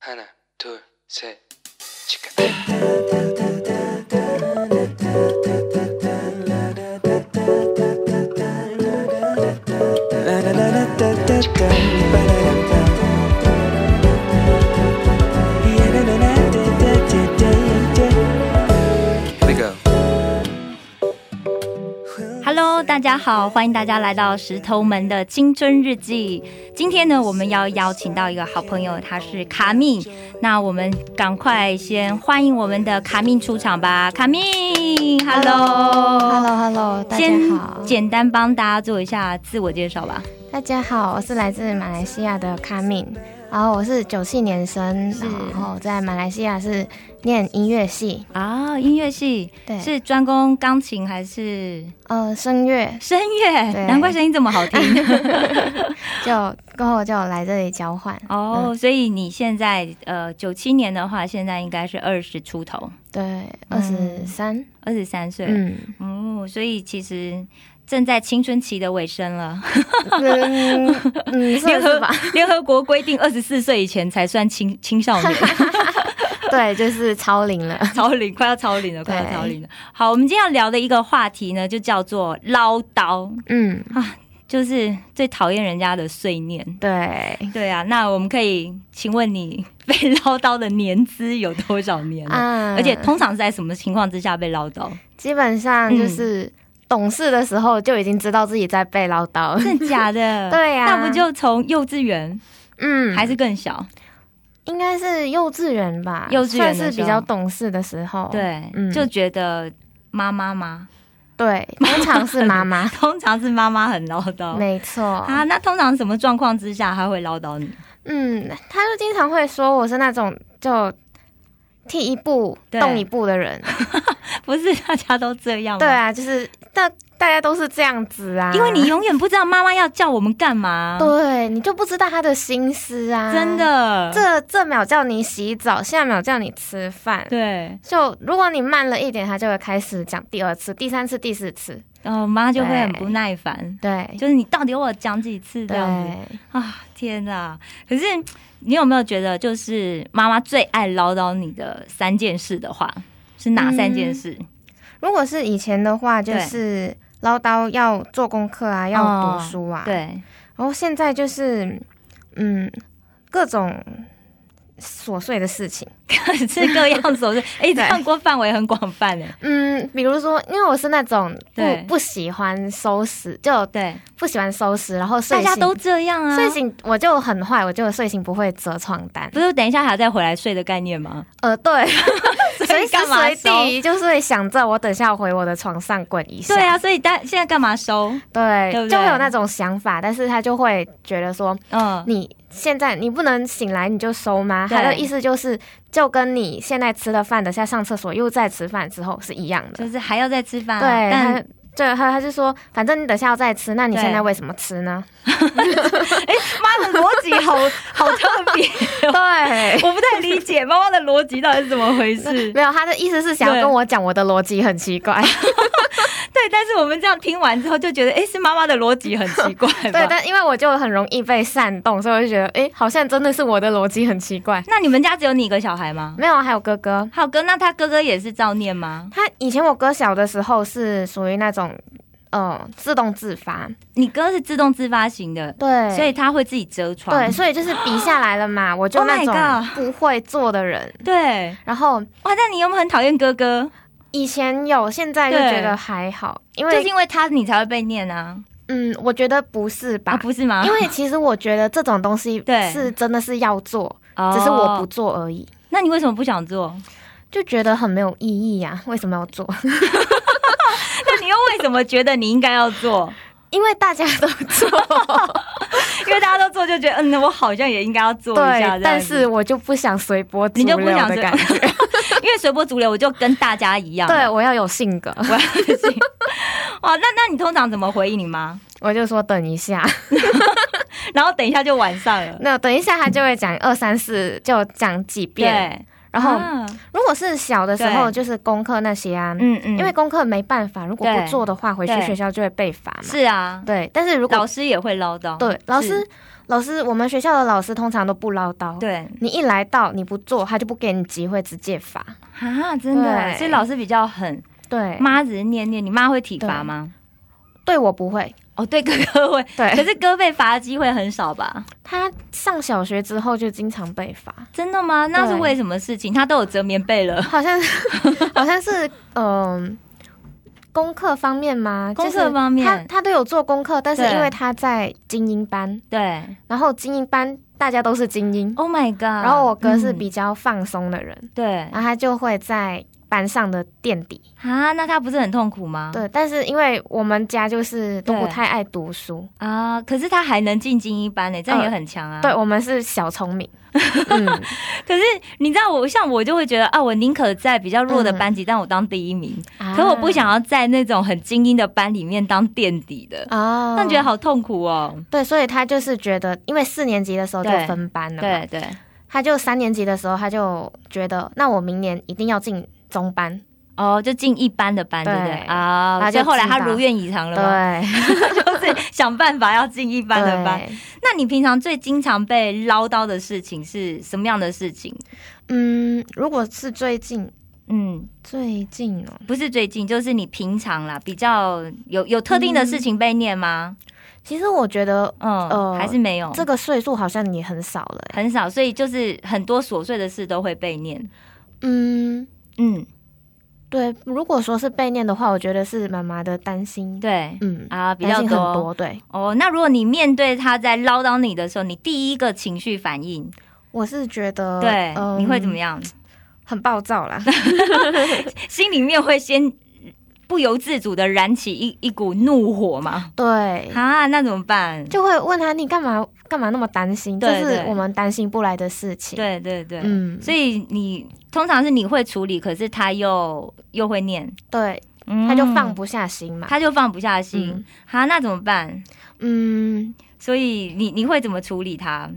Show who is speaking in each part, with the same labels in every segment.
Speaker 1: 하나 둘셋 치카 Here we go.
Speaker 2: Hello，大家好，欢迎大家来到石头门的青春日记。今天呢，我们要邀请到一个好朋友，他是卡密。那我们赶快先欢迎我们的卡密出场吧，卡密 h e l l o
Speaker 3: Hello，Hello，大家
Speaker 2: 先
Speaker 3: 好，
Speaker 2: 简单帮大家做一下自我介绍吧。
Speaker 3: 大家好，我是来自马来西亚的卡敏，然后我是九七年生，然后在马来西亚是念音乐系，
Speaker 2: 啊，音乐系
Speaker 3: 对，
Speaker 2: 是专攻钢琴还是
Speaker 3: 呃声乐，
Speaker 2: 声乐？
Speaker 3: 对
Speaker 2: 难怪声音这么好 听
Speaker 3: 就过后就来这里交换，
Speaker 2: 哦。所以你现在呃，九七年的话，现在应该是二十出头，
Speaker 3: 对，二十三，
Speaker 2: 二十三岁。
Speaker 3: 嗯，
Speaker 2: 哦，所以其实正在青春期的尾声 了。
Speaker 3: 嗯 嗯，
Speaker 2: 联
Speaker 3: 算是
Speaker 2: 合
Speaker 3: 吧，
Speaker 2: 联合国规定，二十四岁以前才算青青少年，
Speaker 3: 对，就是超龄了，
Speaker 2: 超龄，快要超龄了，快要
Speaker 3: 对
Speaker 2: 超龄了。好，我们今天要聊的一个话题呢，就叫做唠叨，
Speaker 3: 嗯，
Speaker 2: 就是最讨厌人家的碎念。
Speaker 3: 对，
Speaker 2: 对啊，那我们可以，请问你 被唠叨的年资有多少年了？
Speaker 3: 啊
Speaker 2: 嗯而且通常是在什么情况之下被唠叨？
Speaker 3: 基本上
Speaker 2: 嗯
Speaker 3: 就是懂事的时候就已经知道自己在被唠叨，
Speaker 2: 真的假的？、
Speaker 3: 对呀、
Speaker 2: 那不就从幼稚园
Speaker 3: 嗯
Speaker 2: 还是更小？
Speaker 3: 应该是幼稚园吧，
Speaker 2: 幼稚园的时候
Speaker 3: 算是比较懂事的时候。
Speaker 2: 对，
Speaker 3: 嗯
Speaker 2: 就觉得妈妈吗？，
Speaker 3: 对，通常是妈 妈
Speaker 2: 通常是妈妈很唠叨
Speaker 3: 没错。
Speaker 2: 啊。那通常什么状况之下她会唠叨你？
Speaker 3: 嗯，他就经常会说我是那种就踢一步
Speaker 2: 对
Speaker 3: 动一步的人。
Speaker 2: 不是大家都这样吗？
Speaker 3: 对啊，就是大大家都是这样子啊，
Speaker 2: 因为你永远不知道妈妈要叫我们干嘛。
Speaker 3: 对你就不知道他的心思啊，
Speaker 2: 真。的，
Speaker 3: 这这秒叫你洗澡，下秒叫你吃饭。
Speaker 2: 对，
Speaker 3: 就如果你慢了一点，他就会开始讲第二次、第三次、第四次。
Speaker 2: 然后哦妈就会很
Speaker 3: 对
Speaker 2: 不耐烦，
Speaker 3: 对，
Speaker 2: 就是你到底要我讲几次这样子
Speaker 3: 对。
Speaker 2: 啊？天哪！可是你有没有觉得，就是妈妈最爱唠叨你的三件事的话，是哪三件事？
Speaker 3: 如果是以前的话，就
Speaker 2: 对
Speaker 3: 是唠叨要做功课啊，要
Speaker 2: 哦
Speaker 3: 读书啊。。
Speaker 2: 对，
Speaker 3: 然后现在就是，嗯，各种琐碎的事情。
Speaker 2: 是各样琐 事。哎、这
Speaker 3: 对
Speaker 2: 样过范围很广泛哎。
Speaker 3: 嗯，比如说，因为我是那种
Speaker 2: 对
Speaker 3: 不不喜欢收拾，就
Speaker 2: 对，
Speaker 3: 不喜欢收拾，然后睡
Speaker 2: 大
Speaker 3: 醒
Speaker 2: 家都这样啊。
Speaker 3: 睡醒我就很坏，我就睡醒不会折床单。
Speaker 2: 不是等一下还要再回来睡的概念 吗？
Speaker 3: 呃，对，
Speaker 2: 所
Speaker 3: 随
Speaker 2: 以
Speaker 3: 时
Speaker 2: 干嘛
Speaker 3: 随
Speaker 2: 收？
Speaker 3: 地就是会想着我等下回我的床上滚一下。
Speaker 2: 对啊，所以大现在干嘛收？
Speaker 3: 对，
Speaker 2: 对不对
Speaker 3: 就会有那种想法，但是他就会觉得说，
Speaker 2: 嗯，
Speaker 3: 你现在你不能醒来你就收吗？
Speaker 2: 对
Speaker 3: 他的意思就是，就跟你现在吃了饭，等下上厕所又再吃饭之后是一样的。
Speaker 2: 就是还要再吃饭、啊。
Speaker 3: 对，他
Speaker 2: 但
Speaker 3: 对他他就说，反正你等下要再吃，那你
Speaker 2: 对
Speaker 3: 现在为什么吃呢？
Speaker 2: 妈的逻辑好好特 别，
Speaker 3: 对，
Speaker 2: 我不太理解妈妈的逻辑到底是怎么回事。
Speaker 3: 没有，他的意思是想要
Speaker 2: 对
Speaker 3: 跟我讲我的逻辑很奇怪。
Speaker 2: 对，但是我们这样听完之后就觉得，哎、是妈妈的逻辑很奇怪
Speaker 3: 对，
Speaker 2: 吧？
Speaker 3: 但因为我就很容易被煽动，所以我就觉得，诶，好像真的是我的逻辑很奇怪。
Speaker 2: 那你们家只有你一个小孩吗？
Speaker 3: 没有，啊还有哥哥，
Speaker 2: 还有哥，那他哥哥也是照念吗？
Speaker 3: 他以前我哥小的时候是属于那种，呃，自动自发，
Speaker 2: 你哥是自动自发型的，
Speaker 3: 对，
Speaker 2: 所以他会自己折床。
Speaker 3: 对，所以就是比下来 了嘛，我就
Speaker 2: Oh my
Speaker 3: 那
Speaker 2: God
Speaker 3: 种不会做的人。
Speaker 2: 对，
Speaker 3: 然后
Speaker 2: 哇，那你有没有很讨厌哥哥？
Speaker 3: 以前有，现在就
Speaker 2: 对
Speaker 3: 觉得还好，因
Speaker 2: 就是
Speaker 3: 为
Speaker 2: 因为他你才会被念啊？
Speaker 3: 嗯，我觉得不是吧？
Speaker 2: 啊，不是吗？
Speaker 3: 因为其实我觉得这种东 西
Speaker 2: 对
Speaker 3: 是真的是要做，
Speaker 2: 哦
Speaker 3: 只是我不，做而已，
Speaker 2: 那你为什么不想 做？
Speaker 3: 就觉得很没有意义呀、为什么要做？
Speaker 2: 那你又为什么觉得你应该要做？
Speaker 3: 因为大家都 做，
Speaker 2: 因为大家都做，就觉得嗯，我好像也应该要做一下。
Speaker 3: 对，
Speaker 2: 这样子
Speaker 3: 但是我就不想随波逐
Speaker 2: 你就
Speaker 3: 流
Speaker 2: 不想
Speaker 3: 的
Speaker 2: 随
Speaker 3: 感觉，
Speaker 2: 因为随波逐流，我就跟大家一样。
Speaker 3: 对，我要有性格，
Speaker 2: 我要信。哦，那那你通常怎么回应你妈？
Speaker 3: 我就说等一下，
Speaker 2: 然后等一下就晚上了。
Speaker 3: 那等一下他就会讲二三四，就讲几遍，
Speaker 2: 对，
Speaker 3: 然后
Speaker 2: 啊
Speaker 3: 如果是小的时候，
Speaker 2: 对
Speaker 3: 就是功课那些啊，
Speaker 2: 嗯嗯，
Speaker 3: 因为功课没办法，如果
Speaker 2: 对
Speaker 3: 不做的话，回去
Speaker 2: 对
Speaker 3: 学校就会被罚嘛。
Speaker 2: 是啊，
Speaker 3: 对，但是如
Speaker 2: 老
Speaker 3: 果
Speaker 2: 师也会唠叨。
Speaker 3: 对老师，老师，我们学校的老师通常都不唠叨，，
Speaker 2: 对
Speaker 3: 你一来到你不做，他就不给你机会，直接罚。
Speaker 2: 啊，真的，
Speaker 3: 对
Speaker 2: 所以老师比较狠，
Speaker 3: 对，
Speaker 2: 妈只是念念，你妈会体罚吗？
Speaker 3: 对我不会，
Speaker 2: 哦，对，哥哥会，可
Speaker 3: 对
Speaker 2: 是哥被罚的机会很少吧？
Speaker 3: 他上小学之后就经常被罚，
Speaker 2: 真的吗？那是
Speaker 3: 对
Speaker 2: 为什么事情？他都有折棉被了，
Speaker 3: 好像好像是 嗯、功课方面吗？
Speaker 2: 功
Speaker 3: 就是
Speaker 2: 课方面
Speaker 3: 他他都有做功课，但是
Speaker 2: 对
Speaker 3: 因为他在精英班，
Speaker 2: 对
Speaker 3: 然后精英班大家都是精英，
Speaker 2: ，Oh my god！
Speaker 3: 然后我哥是比
Speaker 2: 嗯、
Speaker 3: 较放松的人，
Speaker 2: 对
Speaker 3: 然后他就会在班上的垫底。
Speaker 2: 啊，那他不是很痛苦吗？
Speaker 3: 对，但是因为我们家就是都不
Speaker 2: 对
Speaker 3: 太爱读书，
Speaker 2: 啊，可是他还能进精英班呢、这样也很强啊。
Speaker 3: 呃对我们是小 聪明。嗯，
Speaker 2: 可是你知道我，像我就会觉得啊，我宁可在比较弱的班级，
Speaker 3: 嗯
Speaker 2: 但我当第一名，
Speaker 3: 啊
Speaker 2: 可我不想要在那种很精英的班里面当垫底的，
Speaker 3: 啊哦
Speaker 2: 但觉得好痛苦哦。
Speaker 3: 对，所以他就是觉得，因为四年级的时候就
Speaker 2: 对
Speaker 3: 分班了嘛，
Speaker 2: 对对，
Speaker 3: 他就三年级的时候他就觉得，那我明年一定要进中班，
Speaker 2: 哦，就进一般的班，对不对
Speaker 3: 对
Speaker 2: 啊？
Speaker 3: 他
Speaker 2: 所
Speaker 3: 就
Speaker 2: 以后来他
Speaker 3: 进吧
Speaker 2: 如愿以偿了吗？
Speaker 3: 对，
Speaker 2: 就是想办法要进一般的班。
Speaker 3: 对，
Speaker 2: 那你平常最经常被唠叨的事情是什么样的事情？
Speaker 3: 嗯，如果是最近
Speaker 2: 嗯，
Speaker 3: 最近哦，
Speaker 2: 不是最近，就是你平常啦，比较有有特定的事情被念吗？
Speaker 3: 其实我觉得
Speaker 2: 嗯，
Speaker 3: 呃
Speaker 2: 还是没有，
Speaker 3: 这个岁数好像也很少了欸，
Speaker 2: 很少，所以就是很多琐碎的事都会被念。
Speaker 3: 嗯。
Speaker 2: 嗯，
Speaker 3: 对，如果说是被念的话，我觉得是妈妈的担心，
Speaker 2: 对
Speaker 3: 嗯，
Speaker 2: 啊，比
Speaker 3: 担
Speaker 2: 较
Speaker 3: 心很
Speaker 2: 多
Speaker 3: 多，对，
Speaker 2: 哦。那如果你面对他在唠叨你的时候，你第一个情绪反应，
Speaker 3: 我是觉得，
Speaker 2: 对，
Speaker 3: 嗯
Speaker 2: 你会怎么？样？
Speaker 3: 很暴躁 啦，
Speaker 2: 心里面会先不由自主的燃起一一股怒火嘛？
Speaker 3: 对，
Speaker 2: 啊，那怎么办？
Speaker 3: 就会问他你干嘛干嘛那么担心，这
Speaker 2: 对
Speaker 3: 是
Speaker 2: 对
Speaker 3: 我们担心不来的事情，，
Speaker 2: 对对对，
Speaker 3: 嗯，
Speaker 2: 所以你通常是你会处理，可是他又又会念，
Speaker 3: 对，
Speaker 2: 嗯
Speaker 3: 他就放，不下心嘛，
Speaker 2: 他就放不下心
Speaker 3: 嗯。
Speaker 2: 哈、那怎么办？
Speaker 3: 嗯，
Speaker 2: 所以你你会怎么处理他？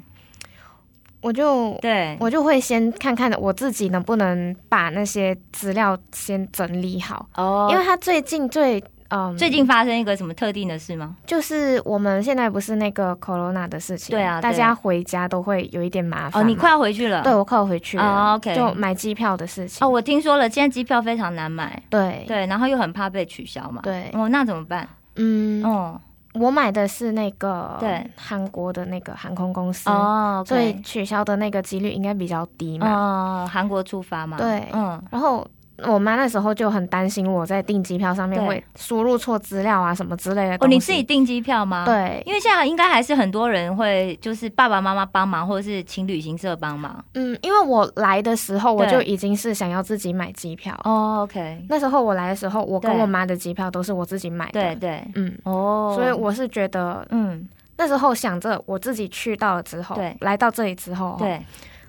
Speaker 3: 我就
Speaker 2: 对，
Speaker 3: 我就会先看看我自己能不能把那些资料先整理好，
Speaker 2: 哦
Speaker 3: 因为他最近最嗯，
Speaker 2: 最近发生一个什么特定的事吗？
Speaker 3: 就是我们现在不是那个 corona 的事情，
Speaker 2: 对啊对
Speaker 3: 大家回家都会有一点麻烦嘛。
Speaker 2: 哦，你快要回去了。
Speaker 3: 对我快要回去了、
Speaker 2: 哦，OK
Speaker 3: 就嗯买机票的事情。
Speaker 2: 哦，我听说了，现在机票非常难买，
Speaker 3: 对
Speaker 2: 对，然后又很怕被取消嘛。
Speaker 3: 对
Speaker 2: 哦，那怎么办？
Speaker 3: 嗯，
Speaker 2: 哦
Speaker 3: 我买的是那个
Speaker 2: 对
Speaker 3: 韩国的那个航空公司，
Speaker 2: 哦，
Speaker 3: 所以
Speaker 2: 对
Speaker 3: 取消的那个几率应该比较低嘛。
Speaker 2: 哦，韩国出发嘛。
Speaker 3: 对
Speaker 2: 嗯，
Speaker 3: 然后我妈那时候就很担心我在订机票上面
Speaker 2: 对
Speaker 3: 会输入错资料啊什么之类的
Speaker 2: 哦，
Speaker 3: 东西。
Speaker 2: 你自己订机票吗？。
Speaker 3: 对，
Speaker 2: 因为现在应该还是很多人会，就是爸爸妈妈帮忙，或者是请旅行社帮忙。
Speaker 3: 嗯，因为我来的时候我
Speaker 2: 对
Speaker 3: 就已经是想要自己买机票。
Speaker 2: 哦，OK，
Speaker 3: 那时候我来的时候，我跟
Speaker 2: 对
Speaker 3: 我妈的机票都是我自己买的。
Speaker 2: 对对，
Speaker 3: 嗯，
Speaker 2: 哦，
Speaker 3: 所以我是觉得
Speaker 2: 嗯，
Speaker 3: 那时候想着我自己去到了之后，
Speaker 2: 对
Speaker 3: 来到这里之后，，
Speaker 2: 对，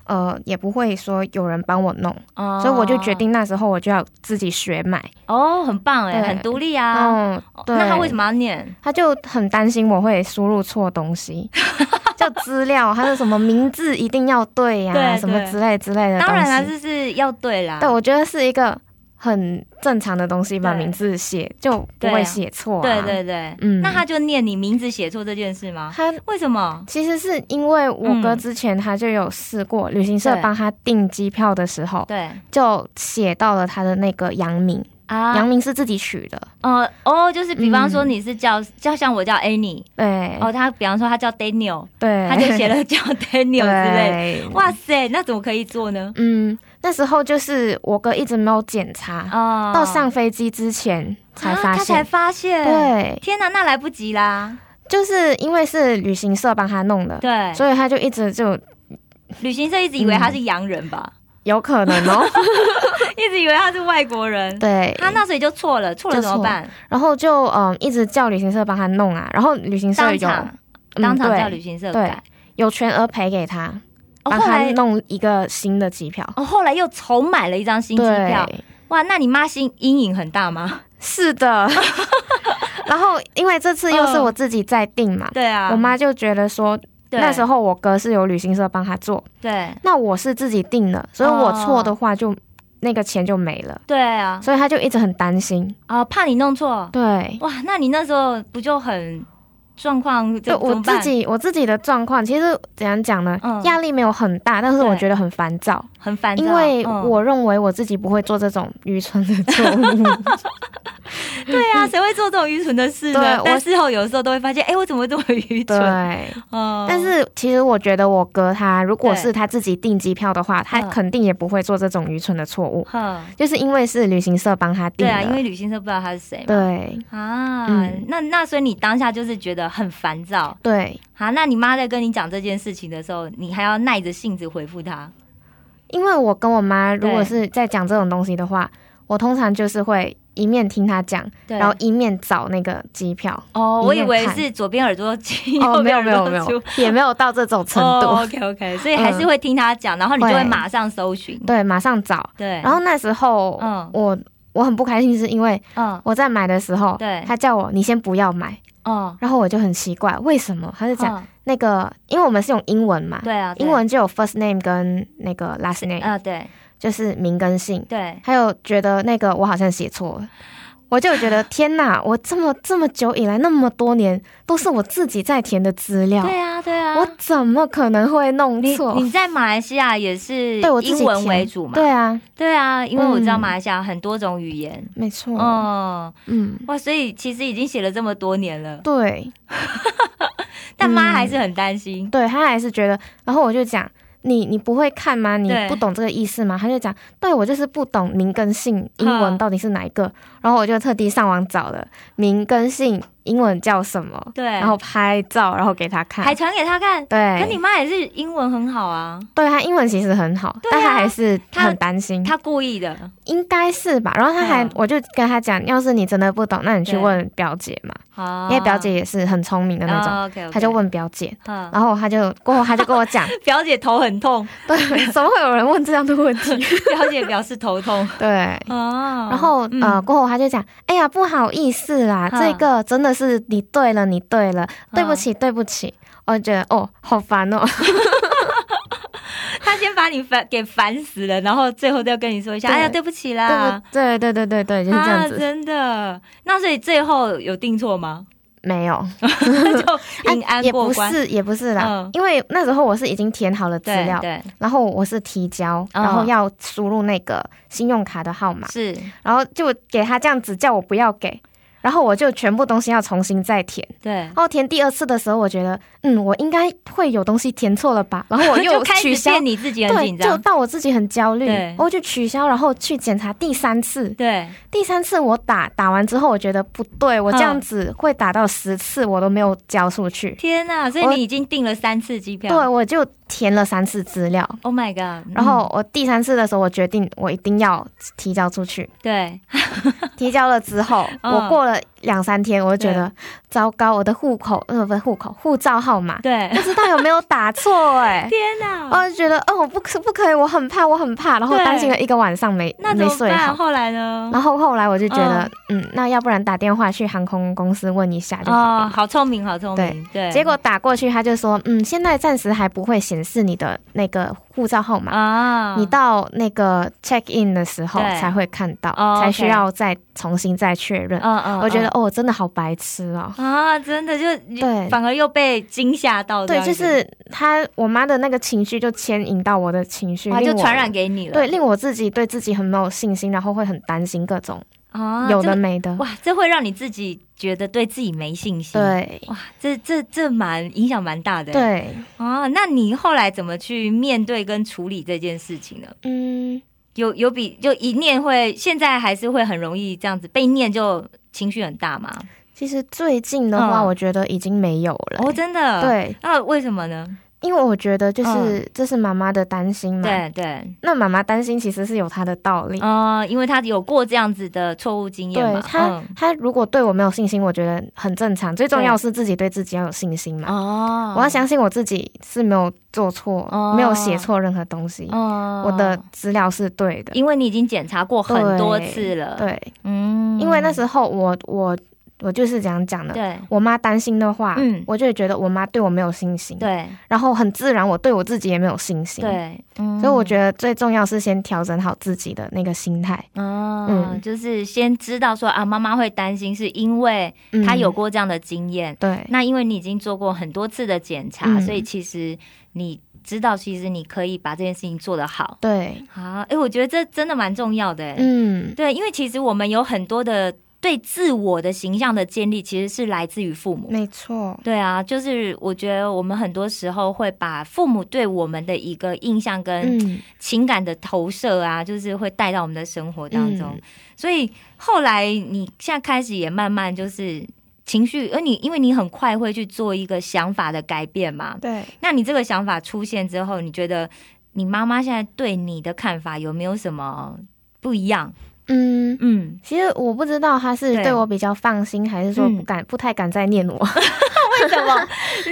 Speaker 3: 呃，也不会说有人帮我弄，
Speaker 2: 哦
Speaker 3: 所以我就决定那时候我就要自己学买。
Speaker 2: 哦，很棒哎，
Speaker 3: 对
Speaker 2: 很独立啊。
Speaker 3: 嗯，
Speaker 2: 哦
Speaker 3: 对
Speaker 2: 那他为什么要念？
Speaker 3: 他就很担心我会输入错东西， 就资料，还有什么名字一定要对呀、
Speaker 2: 对
Speaker 3: 什么
Speaker 2: 对
Speaker 3: 之类之类的东西。
Speaker 2: 当然啦，就是要对啦。
Speaker 3: 对，我觉得是一个很正常的东西，把
Speaker 2: 对名
Speaker 3: 名字写就
Speaker 2: 不
Speaker 3: 不
Speaker 2: 会
Speaker 3: 会
Speaker 2: 写
Speaker 3: 写错、啊
Speaker 2: 对对对，
Speaker 3: 嗯
Speaker 2: 那他就念你名字写错这件事吗？
Speaker 3: 他
Speaker 2: 为什么？
Speaker 3: 其实是因为我哥
Speaker 2: 嗯
Speaker 3: 之前他就有试过，旅行社
Speaker 2: 对
Speaker 3: 帮他订机票的时候，
Speaker 2: 对
Speaker 3: 就写到了他的那个洋名，洋
Speaker 2: 啊，
Speaker 3: 名是自己取的，
Speaker 2: 哦哦，就是比方说
Speaker 3: 嗯
Speaker 2: 你是叫叫像我叫 Annie，
Speaker 3: 对，
Speaker 2: 哦，他比方说他叫 Daniel，
Speaker 3: 对，
Speaker 2: 他就写了 叫 Daniel 之类的。
Speaker 3: 对，
Speaker 2: 哇塞，那怎么可以做呢？
Speaker 3: 嗯，那时候就是我哥一直没有检查，
Speaker 2: 哦，
Speaker 3: 到上飞机之前才
Speaker 2: 啊
Speaker 3: 发
Speaker 2: 他才
Speaker 3: 现，
Speaker 2: 发现，，
Speaker 3: 对，
Speaker 2: 天哪，那来不及 啦。
Speaker 3: 就是因为是旅行社帮他弄的，
Speaker 2: 对，
Speaker 3: 所以嗯他就一直就
Speaker 2: 旅行社一直以为他是洋人吧，
Speaker 3: 有可能哦，
Speaker 2: 一直以为他是外国人。
Speaker 3: 对，
Speaker 2: 他那所以就错了，错了
Speaker 3: 就
Speaker 2: 怎么
Speaker 3: 错
Speaker 2: 办？
Speaker 3: 然后就嗯一直叫旅行社帮他弄啊，然后旅行社
Speaker 2: 当
Speaker 3: 有、
Speaker 2: 场
Speaker 3: 嗯
Speaker 2: 当场
Speaker 3: 对
Speaker 2: 叫旅行社
Speaker 3: 对
Speaker 2: 改。
Speaker 3: 有全额赔给他，
Speaker 2: 哦，
Speaker 3: 帮
Speaker 2: 后
Speaker 3: 他
Speaker 2: 来
Speaker 3: 弄一个新的机票。
Speaker 2: 哦，后来又重买了一张新机票。
Speaker 3: 对，
Speaker 2: 哇，那你妈心阴影很大吗？
Speaker 3: 是的。然后因为这次又是
Speaker 2: 嗯
Speaker 3: 我自己在订嘛，
Speaker 2: 对啊，
Speaker 3: 我妈就觉得说
Speaker 2: 对
Speaker 3: 那时候我哥是有旅行社帮他做，
Speaker 2: 对
Speaker 3: 那我是自己订的，所以我错的话就、那个钱就没了，
Speaker 2: 对啊，哦
Speaker 3: 所以他就一直很担心。
Speaker 2: 啊，怕你弄错。
Speaker 3: 对，
Speaker 2: 哇，那你那时候不就很状况
Speaker 3: 就
Speaker 2: 怎么
Speaker 3: 我自
Speaker 2: 办？
Speaker 3: 己我自己的状况，其实怎样讲呢
Speaker 2: 嗯？
Speaker 3: 压、力没有很大，但是我
Speaker 2: 对
Speaker 3: 觉得很烦躁，
Speaker 2: 很烦躁，
Speaker 3: 因为
Speaker 2: 嗯
Speaker 3: 我认为我自己不会做这种愚蠢的 错误。
Speaker 2: 对啊，谁会做这种愚蠢的事
Speaker 3: 嗯对
Speaker 2: 呢
Speaker 3: 我？
Speaker 2: 但事后有时候都会发现，哎、我怎么这么愚
Speaker 3: 对，
Speaker 2: 蠢？嗯，
Speaker 3: 但是其实我觉得我哥他如果
Speaker 2: 对
Speaker 3: 是他自己订机票的话，他
Speaker 2: 嗯
Speaker 3: 肯定也不会做这种愚蠢的错误，
Speaker 2: 哼，
Speaker 3: 就是因为是旅行社帮他订
Speaker 2: 对
Speaker 3: 的。
Speaker 2: 啊，因为旅行社不知道他是谁嘛。
Speaker 3: 对
Speaker 2: 啊，
Speaker 3: 嗯
Speaker 2: 那那所以你当下就是觉得很烦躁
Speaker 3: 对
Speaker 2: 啊？那你妈在跟你讲这件事情的时候，你还要耐着性子回复她？
Speaker 3: 因为我跟我妈如果
Speaker 2: 对
Speaker 3: 是在讲这种东西的话，我通常就是会一面听她讲，
Speaker 2: 对，
Speaker 3: 然后一面找那个机 票。
Speaker 2: 哦，
Speaker 3: 一面
Speaker 2: 我以为
Speaker 3: 看
Speaker 2: 是左边耳朵进，
Speaker 3: 哦，
Speaker 2: 右
Speaker 3: 没
Speaker 2: 边
Speaker 3: 有
Speaker 2: 耳
Speaker 3: 没
Speaker 2: 朵
Speaker 3: 有没有
Speaker 2: 出。，
Speaker 3: 也没有到这种程度。嗯
Speaker 2: 哦、OK OK，所以还是会听她讲，然后你就会
Speaker 3: 会
Speaker 2: 马上搜寻。
Speaker 3: 对，马上找。
Speaker 2: 对，
Speaker 3: 然后那时候，
Speaker 2: 嗯
Speaker 3: 我我很不开心，是因为
Speaker 2: 嗯
Speaker 3: 我在买的时候，
Speaker 2: 对
Speaker 3: 他叫我你先不要买，
Speaker 2: 哦，
Speaker 3: 然后我就很奇怪，为什么？他就讲、
Speaker 2: 嗯
Speaker 3: 那个，因为我们是用英文嘛，
Speaker 2: 对啊，对
Speaker 3: 英文就有 first name 跟那个 last name，、
Speaker 2: 啊，对
Speaker 3: 就是名跟姓。
Speaker 2: 对，
Speaker 3: 还有觉得那个我好像写错了，我就觉
Speaker 2: 啊
Speaker 3: 得天哪，我这么这么久以来那么多年都是我自己在填的资料，
Speaker 2: 对啊对啊，
Speaker 3: 哦我怎么可能会弄
Speaker 2: 你
Speaker 3: 错？
Speaker 2: 你在马来西亚也是
Speaker 3: 对我自己
Speaker 2: 英文
Speaker 3: 填
Speaker 2: 为主嘛？
Speaker 3: 对啊，
Speaker 2: 对啊，因为我知道
Speaker 3: 嗯
Speaker 2: 马来西亚很多种语言。
Speaker 3: 没错，
Speaker 2: 哦，
Speaker 3: 嗯，
Speaker 2: 哇，所以其实已经写了这么多年了，
Speaker 3: 对。
Speaker 2: 但妈还是很担心。
Speaker 3: 对他还是觉得，然后我就讲你你不会看吗？你
Speaker 2: 对
Speaker 3: 不懂这个意思吗？他就讲，对我就是不懂名跟姓英
Speaker 2: 哈
Speaker 3: 文到底是哪一个，然后我就特地上网找了名跟姓英文叫什么，
Speaker 2: 对，
Speaker 3: 嗯然后拍照，然后给他看
Speaker 2: 还。传给他看。可你
Speaker 3: 对，
Speaker 2: 妈也是英文很好啊，
Speaker 3: 对他英文其实很好，
Speaker 2: 对啊
Speaker 3: 但他还是
Speaker 2: 他
Speaker 3: 很担心，
Speaker 2: 她故意的
Speaker 3: 应该是吧？然后他还
Speaker 2: 嗯，
Speaker 3: 我就跟他讲，要是你真的不懂，那你去
Speaker 2: 对
Speaker 3: 问表姐嘛，
Speaker 2: 啊，
Speaker 3: 因为表姐也是很聪明的那种，
Speaker 2: o k
Speaker 3: 他就，问啊表姐，
Speaker 2: 嗯
Speaker 3: 然后他就过后他就跟我讲，
Speaker 2: 表姐头很痛，
Speaker 3: 对，怎么会有人问这样的问题？
Speaker 2: 表姐表示头 痛
Speaker 3: 对。
Speaker 2: 哦。
Speaker 3: 然后、
Speaker 2: 嗯
Speaker 3: 呃，过后他就讲，哎呀，不好意思啦，
Speaker 2: 嗯
Speaker 3: 这个真的是你对了，你对了，
Speaker 2: 嗯
Speaker 3: 对不起，对不起。我就觉得哦，好烦哦。
Speaker 2: 她先把你烦给烦死了，然后最后再跟你说一下，
Speaker 3: 对
Speaker 2: 哎呀，对不起
Speaker 3: 对
Speaker 2: 啦
Speaker 3: 不， 对对对对对，就是这样
Speaker 2: 啊，
Speaker 3: 子。
Speaker 2: 真的。那所以最后有定错 吗？
Speaker 3: 没有，
Speaker 2: 就平安
Speaker 3: 哎也
Speaker 2: 过
Speaker 3: 不
Speaker 2: 关。
Speaker 3: 是也不是啦、
Speaker 2: 嗯
Speaker 3: 因为那时候我是已经填好了资
Speaker 2: 对
Speaker 3: 料，
Speaker 2: 对
Speaker 3: 然后我是提交，
Speaker 2: 嗯
Speaker 3: 然后要输入那个信用卡的号码，
Speaker 2: 是，
Speaker 3: 然后就给他这样子叫我不要给，然后我就全部东西要重新再填。
Speaker 2: 对
Speaker 3: 然。后哦填第二次的时候，我觉得嗯，我应该会有东西填错 了吧，然后我
Speaker 2: 就
Speaker 3: 又
Speaker 2: 开
Speaker 3: 取
Speaker 2: 始
Speaker 3: 消
Speaker 2: 变你自己很
Speaker 3: 对，
Speaker 2: 紧
Speaker 3: 就
Speaker 2: 张。
Speaker 3: 到我自己很焦虑
Speaker 2: 对，
Speaker 3: 我就取消，然后去检查第三次。
Speaker 2: 对，
Speaker 3: 第三次我打打完之后，我觉得不对，我这样子会打到十次，我都没有交出去。
Speaker 2: 天哪！所以
Speaker 3: 我
Speaker 2: 你已经订了三次机票。
Speaker 3: 对，我就填了三次资料，
Speaker 2: ，Oh my god！嗯
Speaker 3: 然后我第三次的时候，我决定我一定要提交 出去。
Speaker 2: 嗯对，
Speaker 3: 提交了之后，
Speaker 2: 嗯
Speaker 3: 我过了两三天，我就觉得糟糕，我的户口呃不是户口护照号码
Speaker 2: 对，
Speaker 3: 不知道有没有打错哎、
Speaker 2: 天哪！
Speaker 3: 我就觉得哦不可不可以，我很怕我很怕，然后
Speaker 2: 对
Speaker 3: 担心了一个晚上没
Speaker 2: 那怎
Speaker 3: 没
Speaker 2: 么
Speaker 3: 睡好
Speaker 2: 办？。后来呢？
Speaker 3: 然后后来我就觉得，嗯那要不然打电话去航空公司问一下就好
Speaker 2: 哦，
Speaker 3: 了。
Speaker 2: 好聪明，好聪明。对，
Speaker 3: 结果打过去，他就说，嗯，现在暂时还不会显示你的那个护照号码，
Speaker 2: 啊，
Speaker 3: 你到那个 check in 的时候
Speaker 2: 对
Speaker 3: 才会看到，
Speaker 2: 哦
Speaker 3: 才
Speaker 2: OK
Speaker 3: 需要再重新再确认。
Speaker 2: 嗯嗯，
Speaker 3: 我觉得
Speaker 2: 嗯
Speaker 3: 哦，真的好白痴哦。
Speaker 2: 啊，真的就你
Speaker 3: 对
Speaker 2: 反而又被惊吓到这
Speaker 3: 对，
Speaker 2: 样子，
Speaker 3: 就是他我妈的那个情绪就牵引到我的情绪，
Speaker 2: 哇，
Speaker 3: 令
Speaker 2: 就
Speaker 3: 我
Speaker 2: 传染给你了。
Speaker 3: 对，令我自己对自己很没有信心，然后会很担心各种
Speaker 2: 啊，
Speaker 3: 有
Speaker 2: 这
Speaker 3: 的没的。
Speaker 2: 哇，这会让你自己觉得对自己没信心。，
Speaker 3: 对
Speaker 2: 哇，这这这蛮影响蛮大的。
Speaker 3: 对，
Speaker 2: 啊，那你后来怎么去面对跟处理这件事情呢？
Speaker 3: 嗯，
Speaker 2: 有有比就一念会，现在还是会很容易这样子被念，就情绪很大嘛。
Speaker 3: 其实最近的话，
Speaker 2: 嗯
Speaker 3: 我觉得已经没有了、欸
Speaker 2: 哦，真的。。
Speaker 3: 对，
Speaker 2: 那、为什么呢？
Speaker 3: 因为我觉得就是、这是妈妈的担心嘛。
Speaker 2: 对对，
Speaker 3: 那妈妈担心其实是有她的道理。
Speaker 2: 呃，因为他有过这样子的错误经验
Speaker 3: 对
Speaker 2: 嘛。
Speaker 3: 她，她如果对我没有信心，我觉得很正常。最重
Speaker 2: 嗯对
Speaker 3: 要是自己对自己要有信心嘛。
Speaker 2: 哦
Speaker 3: 我要。相信我自己是没有做错，
Speaker 2: 哦
Speaker 3: 没有写错任何东西，
Speaker 2: 哦
Speaker 3: 我的，资料是对的。
Speaker 2: 因为你已经检查过很多次了。，
Speaker 3: 对，
Speaker 2: 嗯
Speaker 3: 因为那时候我我我就是这样讲的。
Speaker 2: 对
Speaker 3: 我妈担心的话，
Speaker 2: 嗯
Speaker 3: 我就会觉得我妈对我没有信心。，
Speaker 2: 对
Speaker 3: 然后很自然，我对我自己也没有信心。，
Speaker 2: 对，嗯所
Speaker 3: 所以我觉得最重要是先调整好自己的那个心态。
Speaker 2: 得，哦，
Speaker 3: 嗯
Speaker 2: 就是先知道说啊，妈妈会担心，是因为
Speaker 3: 嗯
Speaker 2: 她有过这样的经验。
Speaker 3: 对，
Speaker 2: 那因为你已经做过很多次的检查，
Speaker 3: 嗯
Speaker 2: 所以其实你知道，其实你可以把这件事情做得好。
Speaker 3: 对，
Speaker 2: 啊，哎，我觉得这真的蛮重要的。哎
Speaker 3: 嗯，
Speaker 2: 对，因为其实我们有很多的对自我的形象的建立，其实是来自于父母。
Speaker 3: 没错，
Speaker 2: 对啊，就是我觉得我们很多时候会把父母对我们的一个印象跟
Speaker 3: 嗯，
Speaker 2: 情感的投射啊，就是会带到我们的生活当中。
Speaker 3: 嗯
Speaker 2: 所以后来你现在开始也慢慢就是情绪，而你因为你很快会去做一个想法的改变嘛，
Speaker 3: 对，
Speaker 2: 那你这个想法出现之后，你觉得你妈妈现在对你的看法有没有什么不一样？
Speaker 3: 嗯。
Speaker 2: 嗯，
Speaker 3: 其实我不知道他是
Speaker 2: 对
Speaker 3: 对我比较放心，还是说
Speaker 2: 嗯
Speaker 3: 不敢、不太敢再念我，
Speaker 2: 为什 么？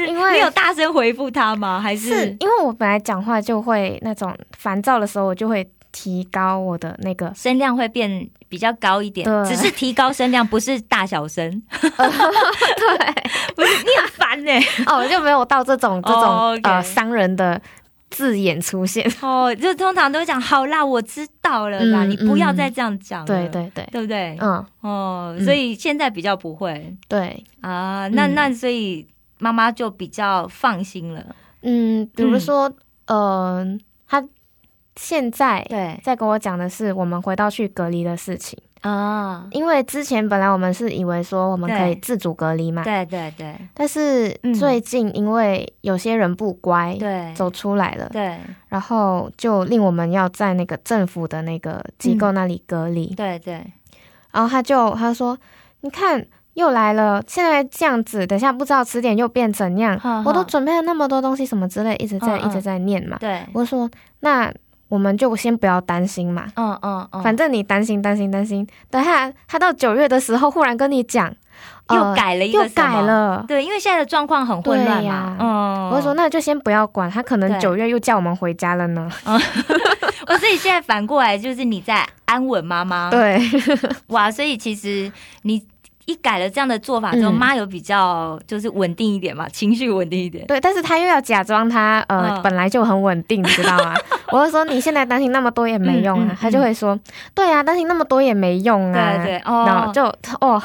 Speaker 3: 因为
Speaker 2: 你有大声回复他吗？还是，
Speaker 3: 是因为我本来讲话就会那种烦躁的时候，我就会提高我的那 个
Speaker 2: 声量会变比较高一点？
Speaker 3: 对
Speaker 2: 只是提高声量，不是大小 声。
Speaker 3: 对，
Speaker 2: 不是，你很烦欸呢、
Speaker 3: 哦，我就没有到这种这种、
Speaker 2: 哦，OK
Speaker 3: 呃伤人的字眼出现，
Speaker 2: 哦，就通常都讲好啦，我知道了啦，
Speaker 3: 嗯
Speaker 2: 你不要再这样讲了。
Speaker 3: 对。对对，
Speaker 2: 对不对？
Speaker 3: 嗯，
Speaker 2: 哦，
Speaker 3: 嗯
Speaker 2: 所以现在比较不会、
Speaker 3: 对，
Speaker 2: 啊，那
Speaker 3: 嗯
Speaker 2: 那所以妈妈就比较放心了。
Speaker 3: 嗯，比如说，
Speaker 2: 嗯
Speaker 3: 呃，他现在
Speaker 2: 对
Speaker 3: 在跟我讲的是我们回到去隔离的事情，
Speaker 2: 啊，
Speaker 3: 因为之前本来我们是以为说我们可以
Speaker 2: 对
Speaker 3: 自主隔离嘛，
Speaker 2: 对对对
Speaker 3: 但是
Speaker 2: 嗯
Speaker 3: 最近因为有些人不乖，
Speaker 2: 对，
Speaker 3: 走出来了，
Speaker 2: 对
Speaker 3: 然后就令我们要在那个政府的那个机
Speaker 2: 嗯
Speaker 3: 构那里隔离。
Speaker 2: 对对，
Speaker 3: 然后他就他说：“你看又来了，现在这样子，等一下不知道迟点又变怎样。
Speaker 2: 哈哈
Speaker 3: 我都准备了那么多东西，什么之类，一直在
Speaker 2: 嗯嗯
Speaker 3: 一直在念嘛。
Speaker 2: 对，
Speaker 3: 我说：“那我们就先不要担心嘛。”
Speaker 2: 嗯嗯嗯，
Speaker 3: 反正你担心担心担心，等一下他到九月的时候忽然跟你讲，
Speaker 2: 又
Speaker 3: 呃
Speaker 2: 改了一个
Speaker 3: 又
Speaker 2: 什么
Speaker 3: 改，了，
Speaker 2: 对，因为现在的状况很混乱嘛
Speaker 3: 对呀，
Speaker 2: 嗯，
Speaker 3: 我就说那就先不要管，他可
Speaker 2: 对
Speaker 3: 能九月又叫我们回家了呢。
Speaker 2: 哦，所以现在反过来就是你在安稳妈妈，，
Speaker 3: 对，
Speaker 2: 哇，所以其实你。一改了这样的做法之后，
Speaker 3: 嗯
Speaker 2: 妈有比较就是稳定一点嘛，情绪稳定一点。
Speaker 3: 对，但是他又要假装他呃、
Speaker 2: 嗯
Speaker 3: 本来就很稳定，你知道吗？ 我就说你现在担心那么多也没用啊，
Speaker 2: 嗯嗯
Speaker 3: 他就会说，对啊，担心那么多也没用啊，
Speaker 2: 对对
Speaker 3: 然
Speaker 2: 哦
Speaker 3: 后，就哦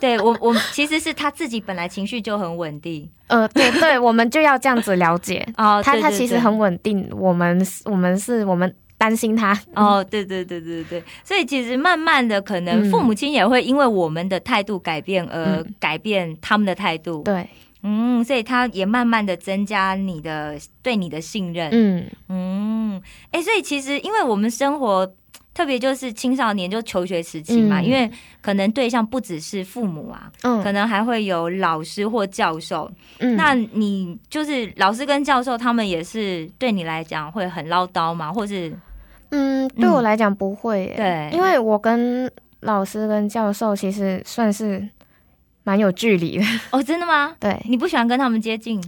Speaker 2: 对我我 其实是他自己本来情绪就很稳定
Speaker 3: 呃对对，我们就要这样子了解，
Speaker 2: 哦，
Speaker 3: 他
Speaker 2: 对
Speaker 3: 他
Speaker 2: 对
Speaker 3: 其实
Speaker 2: 对
Speaker 3: 很稳定，我们我们是我们担心他，
Speaker 2: 哦，对对对对对，所以其实慢慢的，可能
Speaker 3: 嗯
Speaker 2: 父母亲也会因为我们的态度改变而
Speaker 3: 嗯
Speaker 2: 改变他们的态度。，
Speaker 3: 对，
Speaker 2: 嗯，所以他也慢慢的增加你的对你的信任。
Speaker 3: 嗯
Speaker 2: 嗯，哎、所以其实因为我们生活。特别就是青少年就求学时期嘛，
Speaker 3: 嗯
Speaker 2: 因为可能对象不只是父母啊，可
Speaker 3: 嗯
Speaker 2: 能还会有老师或教授。
Speaker 3: 嗯，
Speaker 2: 那你就是老师跟教授，他们也是对你来讲会很唠叨嘛，或是
Speaker 3: 嗯对我来讲不会耶、
Speaker 2: 对，
Speaker 3: 因为我跟老师跟教授其实算是蛮有距离的，
Speaker 2: 哦，真的吗？
Speaker 3: 对，
Speaker 2: 你不喜欢跟他们接近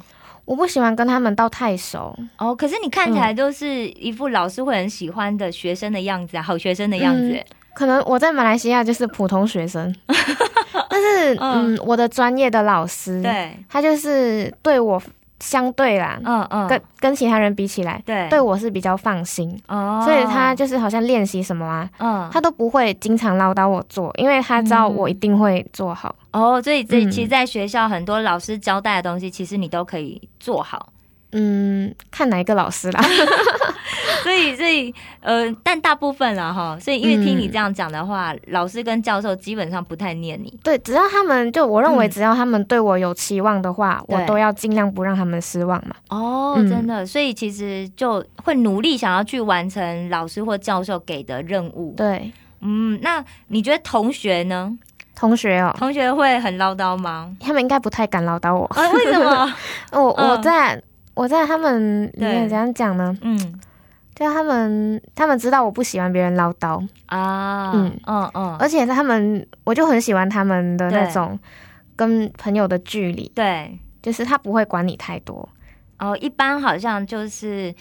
Speaker 3: 我不喜欢跟他们到太熟。
Speaker 2: 哦，可是你看起来就是一副老师会很喜欢的学生的样子啊，好学生的样子、
Speaker 3: 嗯可能我在马来西亚就是普通 学生，但是
Speaker 2: 嗯
Speaker 3: 嗯我的专业的老师，
Speaker 2: 对，
Speaker 3: 他就是对我相对啦，
Speaker 2: 嗯嗯，
Speaker 3: 跟跟其他人比起来，
Speaker 2: 对
Speaker 3: 对我是比较放心，
Speaker 2: 哦，
Speaker 3: 所以他就是好像练习什么啊，
Speaker 2: 嗯
Speaker 3: 他都不会经常唠叨我做，因为他知道我一定会做好。
Speaker 2: 哦，所以这
Speaker 3: 嗯
Speaker 2: 其实在学校很多老师交代的东西，其实你都可以做好，
Speaker 3: 嗯，看哪一个老师啦，
Speaker 2: 所以所以呃，但大部分了哈，所以因为听你
Speaker 3: 嗯
Speaker 2: 这样讲的话，老师跟教授基本上不太念你。
Speaker 3: 对，只要他们就我认为
Speaker 2: 嗯
Speaker 3: 只要他们对我有期望的话，
Speaker 2: 对
Speaker 3: 我都要尽量不让他们失望嘛。
Speaker 2: 哦，
Speaker 3: 嗯
Speaker 2: 真的，所以其实就会努力想要去完成老师或教授给的任务。
Speaker 3: 对，
Speaker 2: 嗯，那你觉得同学呢？
Speaker 3: 同学哦，
Speaker 2: 同学会很唠叨吗？
Speaker 3: 他们应该不太敢唠叨我。
Speaker 2: 啊，为什 么？
Speaker 3: 哦我
Speaker 2: 嗯
Speaker 3: 我在我在他们里
Speaker 2: 对
Speaker 3: 面怎样讲呢？
Speaker 2: 嗯
Speaker 3: 就他们他们知道我不喜欢别人唠叨，
Speaker 2: 啊，嗯
Speaker 3: 嗯
Speaker 2: 嗯嗯，
Speaker 3: 而且他们我就很喜欢他们的那
Speaker 2: 对
Speaker 3: 种跟朋友的距离，
Speaker 2: 对，
Speaker 3: 就是他不会管你太多。
Speaker 2: 哦，一般好像就是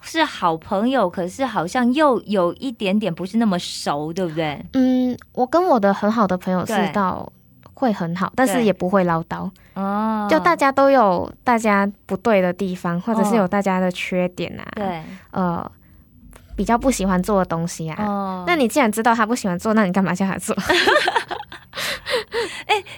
Speaker 2: 是好朋友，可是好像又有一点点不是那么熟，对不对？
Speaker 3: 嗯，我跟我的很好的朋友是
Speaker 2: 对
Speaker 3: 到会很好，但是
Speaker 2: 对
Speaker 3: 也不会唠叨。
Speaker 2: 哦，
Speaker 3: 就大家都有大家不对的地方，或者是
Speaker 2: 哦
Speaker 3: 有大家的缺点啊，，
Speaker 2: 对
Speaker 3: 呃，比较不喜欢做的东西啊。
Speaker 2: 哦，
Speaker 3: 那你既然知道他不喜欢做，那你干嘛叫他做？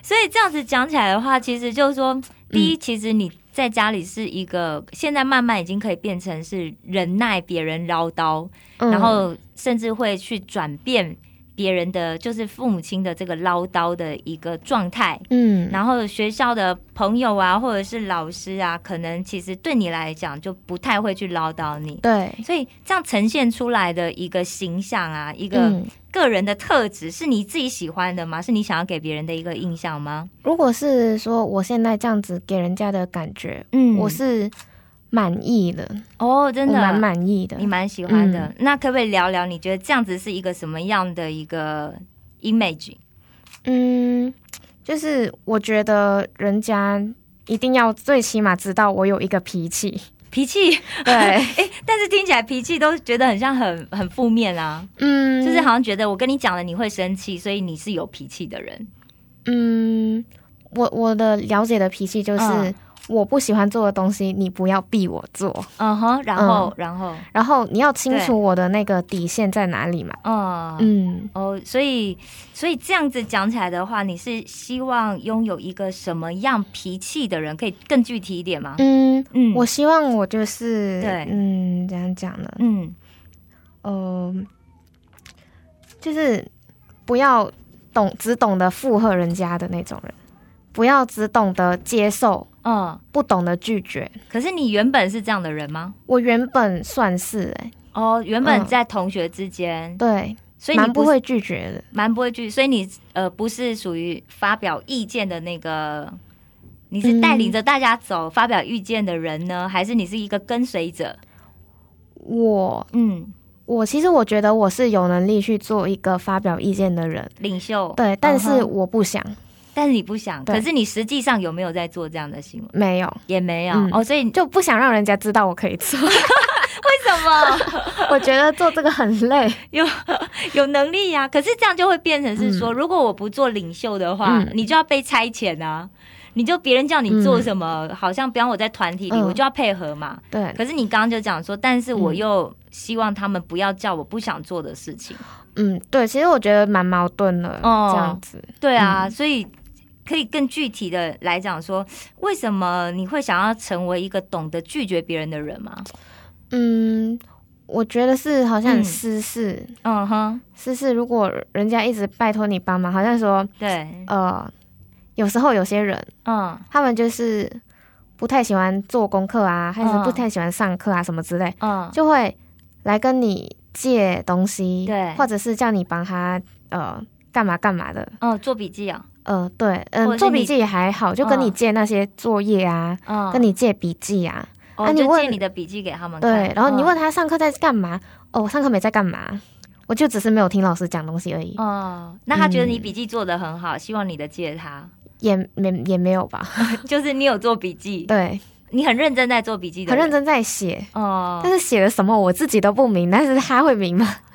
Speaker 2: 所以这样子讲起来的话，其实就是
Speaker 3: 嗯
Speaker 2: 说， 第一，其实你在家里是一个，现在慢慢已经可以变成是忍耐别人唠叨，
Speaker 3: 嗯
Speaker 2: 然后甚至会去转变别人的，就是父母亲的这个唠叨的一个状态。
Speaker 3: 嗯，
Speaker 2: 然后学校的朋友啊，或者是老师啊，可能其实对你来讲就不太会去唠叨你，
Speaker 3: 对，
Speaker 2: 所以这样呈现出来的一个形象啊，一个
Speaker 3: 嗯，
Speaker 2: 个人的特质，是你自己喜欢的吗？是你想要给别人的一个印象吗？
Speaker 3: 如果是说我现在这样子给人家的感觉，
Speaker 2: 嗯
Speaker 3: 我是满意的，
Speaker 2: 哦，真
Speaker 3: 我
Speaker 2: 的
Speaker 3: 蛮满意的嗯
Speaker 2: 你。蛮喜欢的、那可不可以聊聊？你觉得这样子是一个什么样的一个 image？
Speaker 3: 嗯，就是我觉得人家一定要最起码知道我有一个 脾气。
Speaker 2: 脾气，
Speaker 3: 对，
Speaker 2: 但是听起来脾气都觉得很像很很负面啊、
Speaker 3: 嗯，
Speaker 2: 就是好像觉得我跟你讲了你会生气，所以你是有脾气的人。
Speaker 3: 嗯，我我的了解的脾气就是、
Speaker 2: 嗯
Speaker 3: 我不喜欢做的东西，你不要逼我做。
Speaker 2: 嗯哼，然后、然后，
Speaker 3: 然后你要清
Speaker 2: 对
Speaker 3: 楚我的那个底线在哪里嘛。
Speaker 2: 嗯
Speaker 3: 嗯，
Speaker 2: 哦，所以所以这样子讲起来的话，你是希望拥有一个什么样脾气的人？可以更具体一点吗？
Speaker 3: 嗯，
Speaker 2: 嗯
Speaker 3: 我希望我就是
Speaker 2: 对
Speaker 3: 嗯，怎样讲呢？
Speaker 2: 嗯
Speaker 3: 呃，就是不要懂只懂得附和人家的那种人，不要只懂得接受，
Speaker 2: 嗯，
Speaker 3: 不懂得拒绝。
Speaker 2: 可是你原本是这样的人吗？
Speaker 3: 我原本算是哎、
Speaker 2: 哦，原本
Speaker 3: 嗯
Speaker 2: 在同学之间，
Speaker 3: 对，
Speaker 2: 所以你
Speaker 3: 蛮
Speaker 2: 不
Speaker 3: 不
Speaker 2: 是
Speaker 3: 会拒绝的。
Speaker 2: 蛮不会拒，所以你呃不是属于发表意见的那个，你是带
Speaker 3: 嗯
Speaker 2: 领着大家走、发表意见的人呢，还是你是一个跟随者？
Speaker 3: 我
Speaker 2: 嗯，
Speaker 3: 我其实我觉得我是有能力去做一个发表意见的人，
Speaker 2: 领袖
Speaker 3: 对，但
Speaker 2: 嗯
Speaker 3: 是
Speaker 2: 哼
Speaker 3: 我不想，
Speaker 2: 但是你不想，
Speaker 3: 对
Speaker 2: 可是你实际上有没有在做这样的行为？
Speaker 3: 没有，
Speaker 2: 也没有、
Speaker 3: 嗯
Speaker 2: 哦，所以 你
Speaker 3: 就不想让人家知道我可以做。
Speaker 2: 为什么
Speaker 3: 我觉得做这个很累，
Speaker 2: 有有能力呀、可是这样就会变成是说，如果我不做领袖的话，
Speaker 3: 嗯
Speaker 2: 你就要被差遣啊。你就别人叫你做
Speaker 3: 嗯
Speaker 2: 什么，好像比方我在团体里，
Speaker 3: 嗯
Speaker 2: 我就要配合嘛。
Speaker 3: 对，
Speaker 2: 可是你刚刚就讲说，但是我
Speaker 3: 嗯
Speaker 2: 又希望他们不要叫我不想做的事情。
Speaker 3: 嗯，对，其实我觉得蛮矛盾的，
Speaker 2: 哦
Speaker 3: 这样子，
Speaker 2: 对啊，
Speaker 3: 嗯
Speaker 2: 所以可以更具体的来讲说，为什么你会想要成为一个懂得拒绝别人的人吗？
Speaker 3: 嗯，我觉得是好
Speaker 2: 嗯
Speaker 3: 像很私事，
Speaker 2: 嗯哼，
Speaker 3: 私事如果人家一直拜托你帮忙，好像说，
Speaker 2: 对，
Speaker 3: 呃，有时候有些人
Speaker 2: 嗯
Speaker 3: 他们就是不太喜欢做功课啊，还
Speaker 2: 嗯
Speaker 3: 是不太喜欢上课啊，什么之类。
Speaker 2: 嗯，
Speaker 3: 就会来跟你借东西，
Speaker 2: 对
Speaker 3: 或者是叫你帮他呃干嘛干嘛的，
Speaker 2: 嗯，做笔记啊，
Speaker 3: 呃，对，
Speaker 2: 或者是
Speaker 3: 嗯，做笔记也还好，就跟你借那些作业啊，
Speaker 2: 嗯，
Speaker 3: 跟你借笔记啊，
Speaker 2: 哦，
Speaker 3: 啊你
Speaker 2: 就借
Speaker 3: 问
Speaker 2: 你的笔记给他们看，
Speaker 3: 对，然后你
Speaker 2: 嗯
Speaker 3: 问，他上课在干嘛，哦，我上课没在干嘛，我就只是没有听老师讲东西而已，
Speaker 2: 哦、那他觉得你笔记做的很好，希望你的借他，
Speaker 3: 也没也没有吧，
Speaker 2: 就是你有做笔记，
Speaker 3: 对，
Speaker 2: 你很认真在做笔记的，
Speaker 3: 很认，真在写。
Speaker 2: 哦、
Speaker 3: 但是写了什么我自己都不明，但是他会明吗？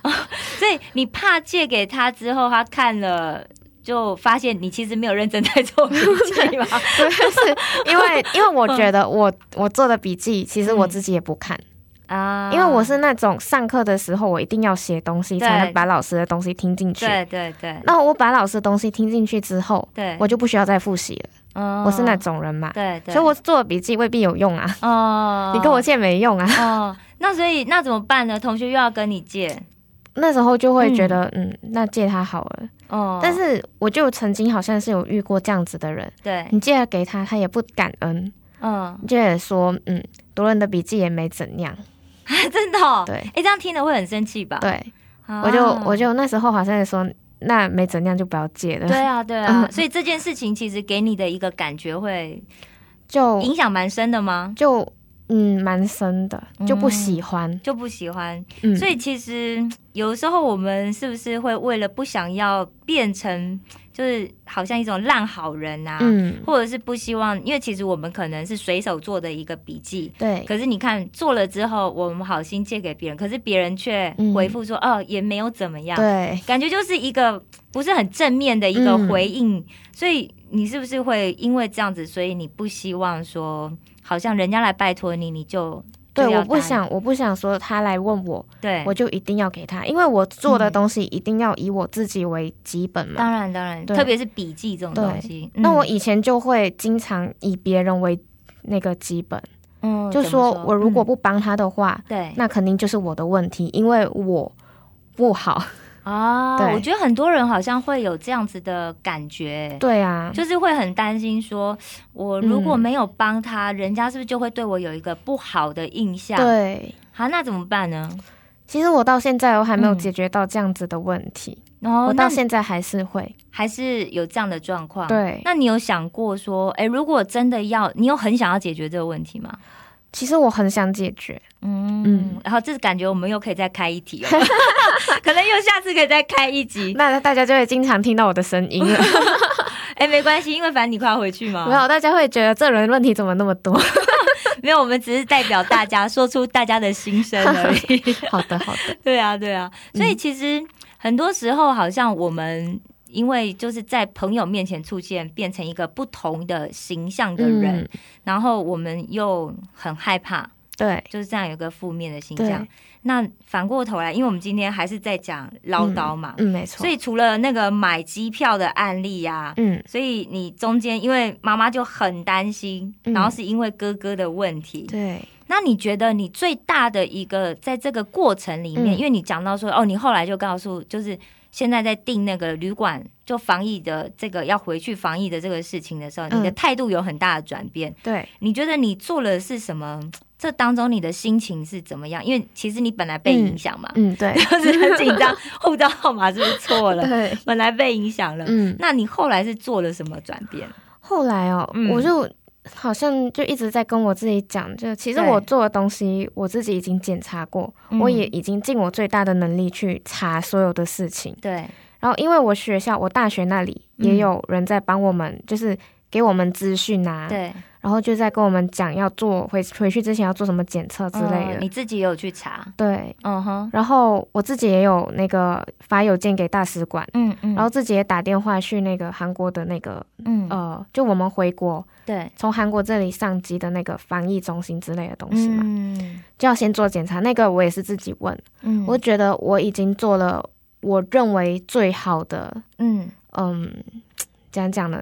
Speaker 2: 所以你怕借给他之后，他看了就发现你其实没有认真在做笔记吗？
Speaker 3: 对，是因为因为我觉得我我做的笔记，其实我
Speaker 2: 嗯
Speaker 3: 自己也不看，
Speaker 2: 啊
Speaker 3: 因为我是那种上课的时候，我一定要写东西才
Speaker 2: 对
Speaker 3: 能把老师的东西听进去。
Speaker 2: 对对对
Speaker 3: 那我把老师的东西听进去之后，
Speaker 2: 对，
Speaker 3: 我就不需要再复习了。
Speaker 2: 嗯
Speaker 3: 我是那种人嘛，
Speaker 2: 对对，
Speaker 3: 所以我做的笔记未必有用啊。
Speaker 2: 哦，
Speaker 3: 你跟我借没用啊。
Speaker 2: 哦，那所以那怎么办呢？同学又要跟你借
Speaker 3: 那时候就会觉得，嗯那借他好了。
Speaker 2: 哦，
Speaker 3: 但是我就曾经好像是有遇过这样子的人，
Speaker 2: 对，
Speaker 3: 你借了给他，他也不感恩，
Speaker 2: 嗯，
Speaker 3: 就也说，嗯，读了你的笔记也没怎样。
Speaker 2: 真的、哦，
Speaker 3: 对
Speaker 2: 哎，这样听了会很生气吧？，
Speaker 3: 对，
Speaker 2: 啊
Speaker 3: 我就我。就那时候好像也说，那没怎样就不要借了，
Speaker 2: 对啊，对啊，
Speaker 3: 嗯
Speaker 2: 所以这件事情其实给你的一个感觉 会
Speaker 3: 就
Speaker 2: 影响蛮深的吗？
Speaker 3: 就嗯蛮深的，
Speaker 2: 嗯
Speaker 3: 就不喜欢。
Speaker 2: 就不喜欢，
Speaker 3: 嗯，
Speaker 2: 所以其实有时候我们是不是会为了不想要变成就是好像一种烂好人啊，
Speaker 3: 嗯，
Speaker 2: 或者是不希望，因为其实我们可能是随手做的一个笔记，
Speaker 3: 对，
Speaker 2: 可是你看做了之后，我们好心借给别人，可是别人却
Speaker 3: 嗯
Speaker 2: 回复说、哦也没有怎么样，
Speaker 3: 对，
Speaker 2: 感觉就是一个不是很正面的一个
Speaker 3: 嗯
Speaker 2: 回应，所以你是不是会因为这样子，所以你不希望说好像人家来拜托你，你就
Speaker 3: 对，
Speaker 2: 就要
Speaker 3: 我不
Speaker 2: 答应
Speaker 3: 想，我不想说他来问我，
Speaker 2: 对，
Speaker 3: 我就一定要给他，因为我做的
Speaker 2: 哎嗯
Speaker 3: 东西一定要以我自己为基本嘛。
Speaker 2: 当然当然，
Speaker 3: 对
Speaker 2: 特别是笔记这种东西，
Speaker 3: 那
Speaker 2: 嗯
Speaker 3: 我以前就会经常以别人为那个基本，
Speaker 2: 嗯
Speaker 3: 就
Speaker 2: 怎么
Speaker 3: 说
Speaker 2: 说
Speaker 3: 我如果
Speaker 2: 嗯
Speaker 3: 不帮他的话，
Speaker 2: 对
Speaker 3: 那肯定就是我的问题，因为我不好。
Speaker 2: 啊，
Speaker 3: 对
Speaker 2: 我觉得很多人好像会有这样子的感觉。
Speaker 3: 对啊，
Speaker 2: 就是会很担心说我如果
Speaker 3: 嗯
Speaker 2: 没有帮他，人家是不是就会对我有一个不好的印象？，
Speaker 3: 对。
Speaker 2: 好、那怎么办呢？
Speaker 3: 其实我到现在我还没有
Speaker 2: 嗯
Speaker 3: 解决到这样子的问题，
Speaker 2: 然后
Speaker 3: 我到
Speaker 2: 哦那
Speaker 3: 现在还是会。
Speaker 2: 还是有这样的状况。，
Speaker 3: 对，
Speaker 2: 那你有想过说，哎，如果真的要，你有很想要解决这个问题吗？
Speaker 3: 其实我很想解决。
Speaker 2: 嗯
Speaker 3: 嗯
Speaker 2: 然后这感觉我们又可以再开一题哦， 可能又下次可以再开一集。
Speaker 3: 那大家就会经常听到我的声音 了，
Speaker 2: 哎，没关系，因为反正你快要回去嘛。
Speaker 3: 没有，大家会觉得这人问题怎么那么 多？
Speaker 2: 没有，我们只是代表大家说出大家的心声而 已。
Speaker 3: 好的，好的，
Speaker 2: 对啊，对啊，所
Speaker 3: 嗯
Speaker 2: 以其实很多时候好像我们。因为就是在朋友面前出现，变成一个不同的形象的人，
Speaker 3: 嗯，
Speaker 2: 然后我们又很害怕，
Speaker 3: 对
Speaker 2: 就是这样有一个负面的形象
Speaker 3: 对，。
Speaker 2: 那反过头来，因为我们今天还是在讲唠叨嘛，
Speaker 3: 嗯，没错。
Speaker 2: 所以除了那个买机票的案例呀、
Speaker 3: 嗯，
Speaker 2: 所以你中间因为妈妈就很担心，
Speaker 3: 嗯
Speaker 2: 然后是因为哥哥的问题，
Speaker 3: 对，
Speaker 2: 那你觉得你最大的一个在这个过程里面，
Speaker 3: 嗯
Speaker 2: 因为你讲到说哦，你后来就告诉，就是现在在订那个旅馆就防疫的这个要回去防疫的这个事情的时候，
Speaker 3: 嗯
Speaker 2: 你的态度有很大的转变。
Speaker 3: 对，
Speaker 2: 你觉得你做了是什么？这当中你的心情是怎么样？因为其实你本来被影响嘛，
Speaker 3: 嗯，对，
Speaker 2: 就是很紧张，护照号码是不是错了？
Speaker 3: 对，
Speaker 2: 本来被影响了。
Speaker 3: 嗯。
Speaker 2: 那你后来是做了什么转变？
Speaker 3: 后来哦，
Speaker 2: 嗯
Speaker 3: 我就好像就一直在跟我自己讲，就其实
Speaker 2: 对
Speaker 3: 我做的东西，我自己已经检查过，
Speaker 2: 嗯
Speaker 3: 我也已经尽我最大的能力去查所有的事情。
Speaker 2: 对，
Speaker 3: 然后，因为我学校，我大学那里
Speaker 2: 嗯
Speaker 3: 也有人在帮我们，就是给我们资讯啊，
Speaker 2: 对
Speaker 3: 然后就在跟我们讲要做回回去之前要做什么检测之类
Speaker 2: 嗯
Speaker 3: 的。
Speaker 2: 你自己有去查？
Speaker 3: 对，
Speaker 2: 嗯哼，
Speaker 3: 然后我自己也有那个发邮件给大使馆，
Speaker 2: 嗯嗯，
Speaker 3: 然后自己也打电话去那个韩国的那个
Speaker 2: 嗯
Speaker 3: 呃，就我们回国
Speaker 2: 对，
Speaker 3: 从韩国这里上机的那个防疫中心之类的东西嘛，
Speaker 2: 嗯
Speaker 3: 就要先做检查。那个我也是自己问，
Speaker 2: 嗯
Speaker 3: 我觉得我已经做了我认为最好的，
Speaker 2: 嗯
Speaker 3: 嗯，怎样讲呢？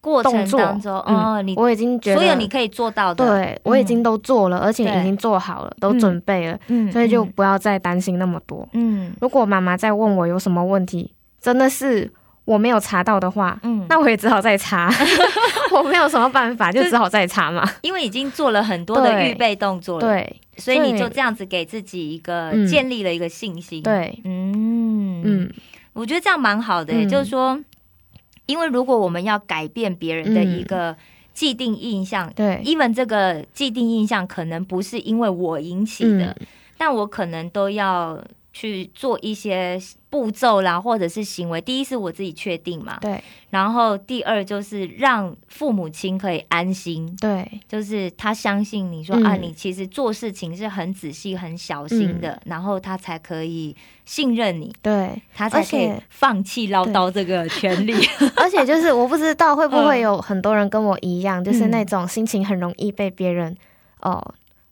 Speaker 2: 过程
Speaker 3: 动作嗯
Speaker 2: 当中，哦，你
Speaker 3: 我已经觉得
Speaker 2: 所有你可以做到的，嗯
Speaker 3: 对我已经都做了，而且
Speaker 2: 对
Speaker 3: 已经做好了，都准备了，
Speaker 2: 嗯
Speaker 3: 所以就不要再担心那么多。
Speaker 2: 嗯
Speaker 3: 如果妈妈再问我有什么问题，真的是我没有查到的话，
Speaker 2: 嗯，那
Speaker 3: 那我也只好 再查，我没有什么办法，就只好再查嘛。
Speaker 2: 因为已经做了很多的
Speaker 3: 对
Speaker 2: 预备动作了，
Speaker 3: 对
Speaker 2: 对，所以你
Speaker 3: 对
Speaker 2: 就这样子给自己一个
Speaker 3: 嗯
Speaker 2: 建立了一个信心，，
Speaker 3: 对，
Speaker 2: 嗯嗯，
Speaker 3: 嗯
Speaker 2: 我觉得这样蛮好的，
Speaker 3: 嗯
Speaker 2: 就是说，因为如果我们要改变别人的一
Speaker 3: 嗯
Speaker 2: 个既定印象。
Speaker 3: 对，
Speaker 2: even 这个既定印象可能不是因为我引起的，
Speaker 3: 嗯
Speaker 2: 但我可能都要去做一些步骤啦，或者是行为。第一是我自己确定嘛，
Speaker 3: 对
Speaker 2: 然后第二就是让父母亲可以安心，
Speaker 3: 对
Speaker 2: 就是他相信你说、
Speaker 3: 嗯
Speaker 2: 啊，你其实做事情是很仔细、很小心
Speaker 3: 嗯
Speaker 2: 的，然后他才可以信任你，
Speaker 3: 对，
Speaker 2: 他才可以
Speaker 3: 而且
Speaker 2: 放弃唠叨这个 权利。
Speaker 3: 而且就是我不知道会不会有很多人跟我一样，就是
Speaker 2: 嗯
Speaker 3: 那种心情很容易被别人哦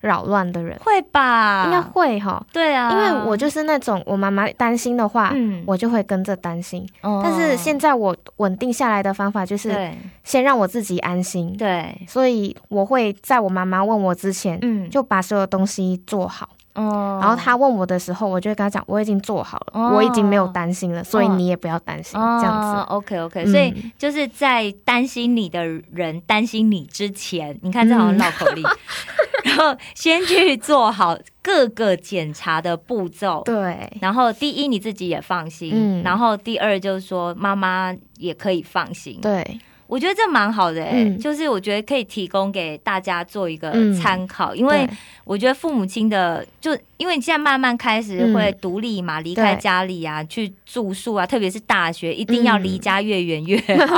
Speaker 3: 扰乱的人，
Speaker 2: 会吧？
Speaker 3: 应该会哈，
Speaker 2: 对啊，
Speaker 3: 因为我就是那种我妈妈担心的话，
Speaker 2: 嗯
Speaker 3: 我就会跟着担心。
Speaker 2: 哦
Speaker 3: 但是现在我稳定下来的方法就是
Speaker 2: 对
Speaker 3: 先让我自己安心，
Speaker 2: 对，
Speaker 3: 所以我会在我妈妈问我之前。
Speaker 2: 嗯，
Speaker 3: 就把所有东西做好，
Speaker 2: 哦
Speaker 3: 然后她问我的时候，我就会跟她讲，我已经做好了，
Speaker 2: 哦
Speaker 3: 我已经没有担心了，所以
Speaker 2: 哦
Speaker 3: 你也不要担心，这样子。
Speaker 2: OK OK，
Speaker 3: 嗯
Speaker 2: 哦所以就是在担心你的人担心你之前，你看这好像
Speaker 3: 嗯
Speaker 2: 绕口令， 然后先去做好各个检查的步骤。
Speaker 3: 对，
Speaker 2: 然后第一你自己也放心，
Speaker 3: 嗯
Speaker 2: 然后第二就是说妈妈也可以放心，
Speaker 3: 对，
Speaker 2: 我觉得这蛮好的、欸，
Speaker 3: 嗯
Speaker 2: 就是我觉得可以提供给大家做一个
Speaker 3: 嗯
Speaker 2: 参考，因为
Speaker 3: 对
Speaker 2: 我觉得父母亲的，就因为你现在慢慢开始
Speaker 3: 嗯
Speaker 2: 会独立嘛，离、开家里啊，去住宿啊，特别是大学，一定要离家越远越好。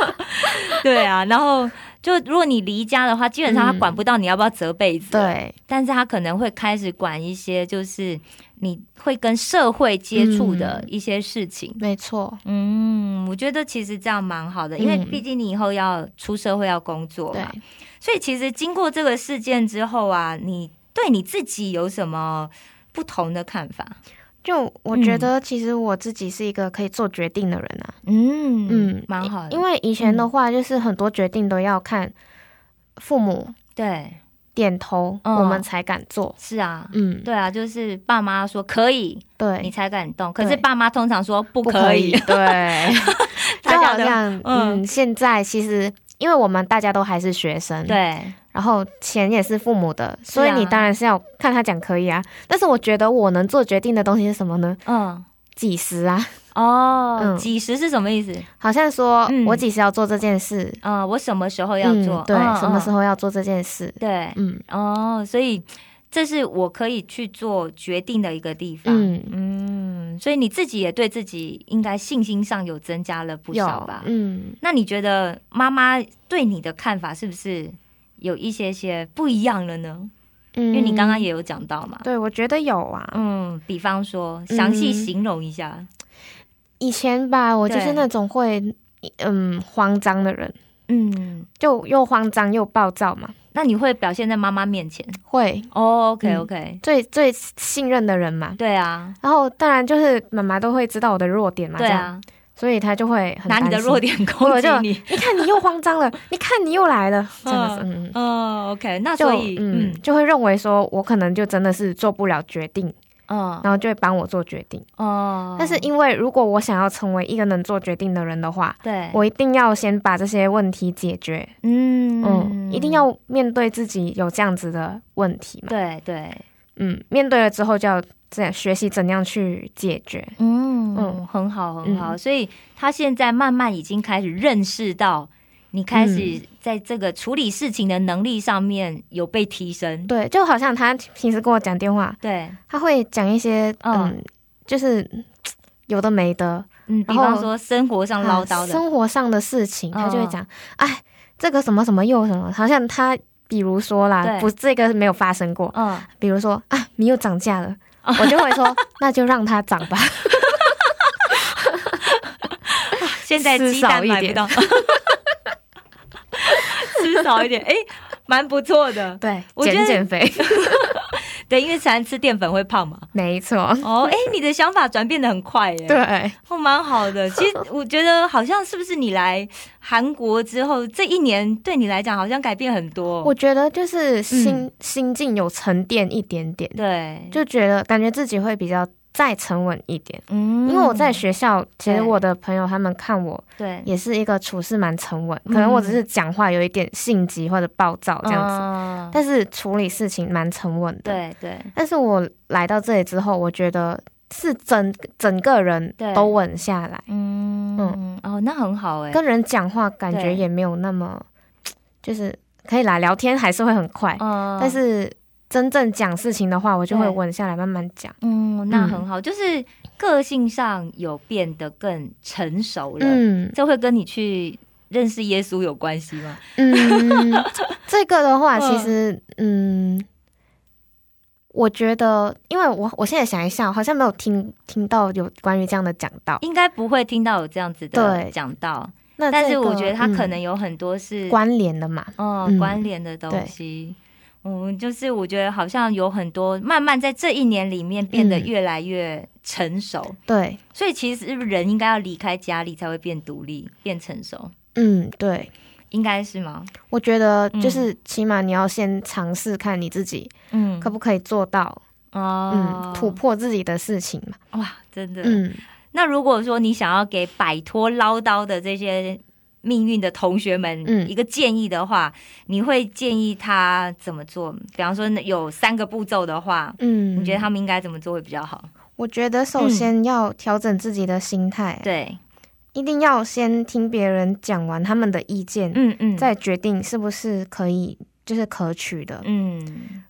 Speaker 2: 对啊，然后就如果你离家的话，基本上他
Speaker 3: 嗯
Speaker 2: 管不到你要不要折被子，，啊
Speaker 3: 对，
Speaker 2: 但是他可能会开始管一些，就是你会跟社会接触的
Speaker 3: 嗯
Speaker 2: 一些事情。
Speaker 3: 没错，
Speaker 2: 嗯，我觉得其实这样蛮好的，因为
Speaker 3: 嗯
Speaker 2: 毕竟你以后要出社会要工作
Speaker 3: 对
Speaker 2: 嘛，，所以其实经过这个事件之后啊，你对你自己有什么不同的看法？
Speaker 3: 就我觉得其实我自己是一个可以做决定的人啊，
Speaker 2: 嗯
Speaker 3: 嗯
Speaker 2: 蛮好的，嗯
Speaker 3: 因为以前的话就是很多决定都要看父母
Speaker 2: 对，
Speaker 3: 点头，
Speaker 2: 嗯
Speaker 3: 我们才敢做。
Speaker 2: 是啊。
Speaker 3: 嗯，
Speaker 2: 对啊，就是爸妈说可以，你
Speaker 3: 对，
Speaker 2: 才敢动。可是
Speaker 3: 对
Speaker 2: 爸妈通常说不
Speaker 3: 不
Speaker 2: 可
Speaker 3: 可
Speaker 2: 以
Speaker 3: 以，，对，
Speaker 2: 大
Speaker 3: 就
Speaker 2: 家
Speaker 3: 好
Speaker 2: 的
Speaker 3: 像
Speaker 2: 嗯
Speaker 3: 嗯，现在其实因为我们大家都还是学生，，
Speaker 2: 对，
Speaker 3: 然后钱也是父母的，所以
Speaker 2: 是啊
Speaker 3: 你当然是要看他讲可以啊。但是我觉得我能做决定的东西是什么呢？
Speaker 2: 嗯，
Speaker 3: 几时啊？
Speaker 2: 哦，
Speaker 3: 嗯
Speaker 2: 几时是什么意思？
Speaker 3: 好像说
Speaker 2: 嗯
Speaker 3: 我几时要做这件事，
Speaker 2: 嗯，我什么时候要做？
Speaker 3: 嗯、对、
Speaker 2: 嗯
Speaker 3: 什么时？
Speaker 2: 嗯
Speaker 3: 候要做这件事，
Speaker 2: 对，
Speaker 3: 嗯
Speaker 2: 哦，所以这是我可以去做决定的一个地方。嗯
Speaker 3: 嗯，
Speaker 2: 所以你自己也对自己应该信心上有增加了不少
Speaker 3: 有
Speaker 2: 吧？
Speaker 3: 嗯，
Speaker 2: 那你觉得妈妈对你的看法是不是有一些些不一样了呢？
Speaker 3: 因
Speaker 2: 因为你刚刚也有讲到嘛。
Speaker 3: 嗯对我嗯觉得有啊，
Speaker 2: 嗯，比方说，详细形容一下。
Speaker 3: 以前吧，我就
Speaker 2: 对
Speaker 3: 是那种会嗯慌张的人，
Speaker 2: 嗯，
Speaker 3: 就又慌张又暴躁嘛，
Speaker 2: 那你会表现在妈妈面前、
Speaker 3: 会
Speaker 2: o k OK，、
Speaker 3: 最最信任的人嘛。
Speaker 2: 对啊，
Speaker 3: 然后当然就是妈妈都会知道我的弱点嘛，
Speaker 2: 对
Speaker 3: 这样，
Speaker 2: 啊，
Speaker 3: 所以她就会很
Speaker 2: 拿你的
Speaker 3: 担心
Speaker 2: 弱，点攻
Speaker 3: 我
Speaker 2: 击
Speaker 3: 就
Speaker 2: 你。
Speaker 3: 你看你又慌张了，你看你又来了，真的是嗯。嗯
Speaker 2: 哦，OK，那
Speaker 3: 就
Speaker 2: 所以，
Speaker 3: 嗯
Speaker 2: 嗯，
Speaker 3: 就会认为说，我可能就真的是做不了决定，
Speaker 2: 嗯，
Speaker 3: 然后就会帮我做决定。
Speaker 2: 哦，
Speaker 3: 但是因为如果我想要成为一个能做决定的人的话，
Speaker 2: 对，
Speaker 3: 我一定要先把这些问题解决。
Speaker 2: 嗯
Speaker 3: 嗯，一定要面对自己有这样子的问题嘛。
Speaker 2: 对对，
Speaker 3: 嗯，面对了之后就要这样学习怎样去解决。
Speaker 2: 嗯
Speaker 3: 嗯
Speaker 2: 很好很好、所以他现在慢慢已经开始认识到，你开
Speaker 3: 嗯
Speaker 2: 始在这个处理事情的能力上面有被提升，
Speaker 3: 对，就好像他平时跟我讲电话，
Speaker 2: 对，
Speaker 3: 他会讲一些
Speaker 2: 嗯
Speaker 3: 嗯就是嘖有的没的，
Speaker 2: 嗯，比
Speaker 3: 然后
Speaker 2: 方说生活上唠叨的，
Speaker 3: 啊生活上的事情，
Speaker 2: 嗯
Speaker 3: 他就会讲，哎，这个什么什么又什么，好像他。比如说
Speaker 2: 对
Speaker 3: 啦，不，这个没有发生过。
Speaker 2: 嗯，
Speaker 3: 比如说啊，米又涨价了，
Speaker 2: 哦
Speaker 3: 我就会说 那就让它涨 吧。
Speaker 2: 现在
Speaker 3: 吃
Speaker 2: 鸡
Speaker 3: 少
Speaker 2: 蛋
Speaker 3: 一
Speaker 2: 买不
Speaker 3: 点
Speaker 2: 到， 吃少一点，哎、蛮不错的，
Speaker 3: 对
Speaker 2: 我觉得
Speaker 3: 减减肥，
Speaker 2: 对，因为常常吃淀粉会胖嘛。
Speaker 3: 没错，
Speaker 2: 哦，哎、你的想法转变的很快耶，，
Speaker 3: 对，啊
Speaker 2: 哦，蛮好 的。其实我觉得好像是不是你来韩国之后，这一年对你来讲好像改变很多。
Speaker 3: 我觉得就是心、
Speaker 2: 嗯
Speaker 3: 心境有沉淀一点点，
Speaker 2: 对，
Speaker 3: 就觉得感觉自己会比较再沉稳一点。
Speaker 2: 嗯
Speaker 3: 因为我在学校，其
Speaker 2: 对
Speaker 3: 实我的朋友他们看我
Speaker 2: 对
Speaker 3: 也是一个处事蛮沉稳，
Speaker 2: 嗯
Speaker 3: 可能我只是讲话有一点性急或者暴躁这样子，
Speaker 2: 子
Speaker 3: 但是处理事情蛮沉稳
Speaker 2: 嗯
Speaker 3: 的。，
Speaker 2: 对对
Speaker 3: 但是我来到这里之后，我觉得是整整个人
Speaker 2: 对
Speaker 3: 都稳下来，
Speaker 2: 嗯嗯哦，那很好哎。
Speaker 3: 跟人讲话感
Speaker 2: 对
Speaker 3: 觉也没有那么，就是可以啦，聊天还是会很快，
Speaker 2: 嗯
Speaker 3: 但是真正讲事情的话，我就会
Speaker 2: 对
Speaker 3: 稳下来慢慢讲。
Speaker 2: 嗯，那很好，就是个性上有变得更成熟了。
Speaker 3: 嗯
Speaker 2: 这会跟你去认识耶稣有关系吗？
Speaker 3: 嗯，这个的话，
Speaker 2: 嗯
Speaker 3: 其实嗯，我觉得，因为我我现在想一下，好像没有听听到有关于这样的讲到。
Speaker 2: 应该不会听到有这样子的
Speaker 3: 对
Speaker 2: 讲到，
Speaker 3: 那
Speaker 2: 但
Speaker 3: 这
Speaker 2: 是
Speaker 3: 个
Speaker 2: 我觉得他可
Speaker 3: 嗯
Speaker 2: 能有很多是
Speaker 3: 关联的嘛，
Speaker 2: 哦，
Speaker 3: 嗯
Speaker 2: 关联的东
Speaker 3: 对
Speaker 2: 西。嗯，就是我觉得好像有很多慢慢在这一年里面变得
Speaker 3: 嗯
Speaker 2: 越来越成熟，
Speaker 3: 对，
Speaker 2: 所以其实人应该要离开家里才会变独立、变成熟，
Speaker 3: 嗯，对。
Speaker 2: 应该是吗？
Speaker 3: 我觉得就是，起码你要先尝试看你自己
Speaker 2: 嗯，
Speaker 3: 可不可以做到，
Speaker 2: 哦
Speaker 3: 嗯，突破自己的事情嘛，
Speaker 2: 哇，真的。
Speaker 3: 嗯，
Speaker 2: 那如果说你想要给摆脱唠叨的这些命运的同学们
Speaker 3: 嗯
Speaker 2: 一个建议的话，你会建议他怎么做？比方说有三个步骤的话，
Speaker 3: 嗯，
Speaker 2: 你觉得他们应该怎么做会比较好？
Speaker 3: 我觉得首先要调整自己的心态，
Speaker 2: 嗯对，
Speaker 3: 一定要先听别人讲完他们的意见，
Speaker 2: 嗯嗯，
Speaker 3: 再决定是不是可以就是可取的。
Speaker 2: 嗯，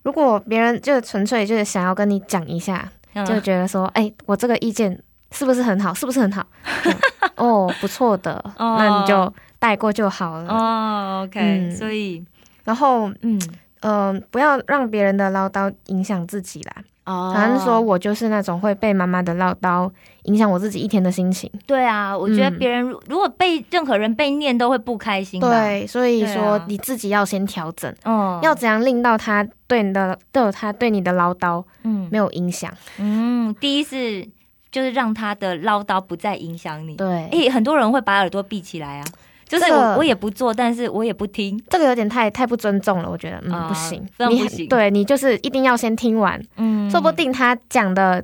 Speaker 3: 如果别人就纯粹就是想要跟你讲一下，
Speaker 2: 嗯
Speaker 3: 就觉得说，哎、我这个意见是不是很好？是不是 很好？嗯哦，不错的，
Speaker 2: 哦
Speaker 3: 那你就带过就好了。
Speaker 2: 哦，OK，、
Speaker 3: 嗯
Speaker 2: 所以
Speaker 3: 然后，
Speaker 2: 嗯，
Speaker 3: 嗯、不要让别人的唠叨影响自己啦。
Speaker 2: 哦
Speaker 3: 反正说我就是那种会被妈妈的唠叨影响我自己一天的心情。
Speaker 2: 对啊，我觉得
Speaker 3: 嗯
Speaker 2: 别人如、如果被任何人被念都会不开心，，
Speaker 3: 对，所以
Speaker 2: 对
Speaker 3: 说
Speaker 2: 啊
Speaker 3: 你自己要先调整，
Speaker 2: 哦，
Speaker 3: 要怎样令到他对你的对他对你的唠叨
Speaker 2: 嗯
Speaker 3: 没有影响？
Speaker 2: 嗯，第一是就是让他的唠叨不再影响你，
Speaker 3: 对，
Speaker 2: 诶，很多人会把耳朵闭起来啊，就是
Speaker 3: 这个
Speaker 2: 我我也不做，但是我也不听，
Speaker 3: 这个有点太太不尊重了，我觉得，嗯，
Speaker 2: 啊
Speaker 3: 不行，
Speaker 2: 这样
Speaker 3: 你
Speaker 2: 不行
Speaker 3: 对你就是一定要先听完，
Speaker 2: 嗯，
Speaker 3: 说不，定他讲的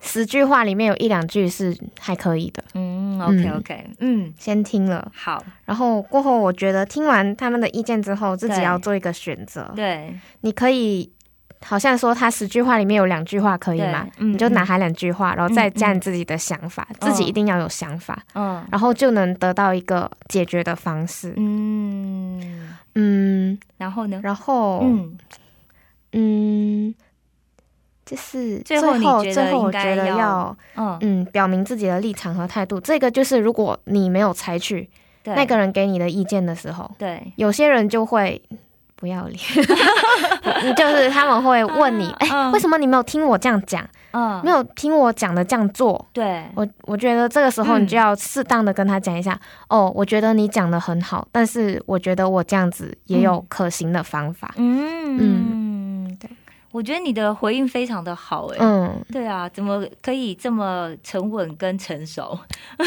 Speaker 3: 十句话里面有一两句是还可以的，
Speaker 2: 嗯
Speaker 3: 嗯
Speaker 2: ，OK OK，嗯，
Speaker 3: 先听了，
Speaker 2: 好，
Speaker 3: 然后过后我觉得听完他们的意见之后，自己
Speaker 2: 对
Speaker 3: 要做一个选择，
Speaker 2: 对，
Speaker 3: 你可以好像说他十句话里面有两句话可以
Speaker 2: 对
Speaker 3: 吗？
Speaker 2: 嗯
Speaker 3: 你就拿他两句话，然后再
Speaker 2: 嗯
Speaker 3: 加你自己的想法，
Speaker 2: 嗯
Speaker 3: 自己一定要有想法，
Speaker 2: 嗯
Speaker 3: 然后就能得到一个解决的方式。
Speaker 2: 嗯，
Speaker 3: 嗯，
Speaker 2: 然后呢？
Speaker 3: 然后
Speaker 2: 嗯，
Speaker 3: 嗯，就是
Speaker 2: 最后
Speaker 3: 后
Speaker 2: 你觉得
Speaker 3: 最后
Speaker 2: 应
Speaker 3: 我
Speaker 2: 该
Speaker 3: 觉得
Speaker 2: 要
Speaker 3: 要
Speaker 2: 嗯，
Speaker 3: 嗯表明自己的立场和态度。这个就是如果你没有采取
Speaker 2: 对，
Speaker 3: 那个人给你的意见的时候，
Speaker 2: 对，
Speaker 3: 有些人就会。不要脸， 就是他们会问你，
Speaker 2: 啊
Speaker 3: 哎、
Speaker 2: 嗯
Speaker 3: 为什么你没有听我这样讲，
Speaker 2: 嗯，
Speaker 3: 没有听我讲的这样做？
Speaker 2: 对，
Speaker 3: 我我觉得这个时候
Speaker 2: 嗯
Speaker 3: 你就要适当的跟他讲一下，哦，我觉得你讲的很好，但是我觉得我这样子也有可行的方法。
Speaker 2: 嗯嗯，
Speaker 3: 对，
Speaker 2: 我觉得你的回应非常的好、诶。
Speaker 3: 嗯，
Speaker 2: 对啊，怎么可以这么沉稳跟成熟？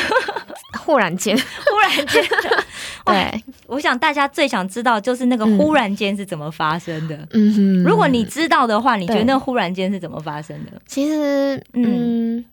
Speaker 3: 忽然间，
Speaker 2: 忽然间的，
Speaker 3: 对，
Speaker 2: 我想大家最想知道就是那个
Speaker 3: 嗯
Speaker 2: 忽然间是怎么发生的。
Speaker 3: 嗯哼，
Speaker 2: 如果你知道的话，你觉得
Speaker 3: 对
Speaker 2: 那忽然间是怎么发生的？
Speaker 3: 其实，嗯，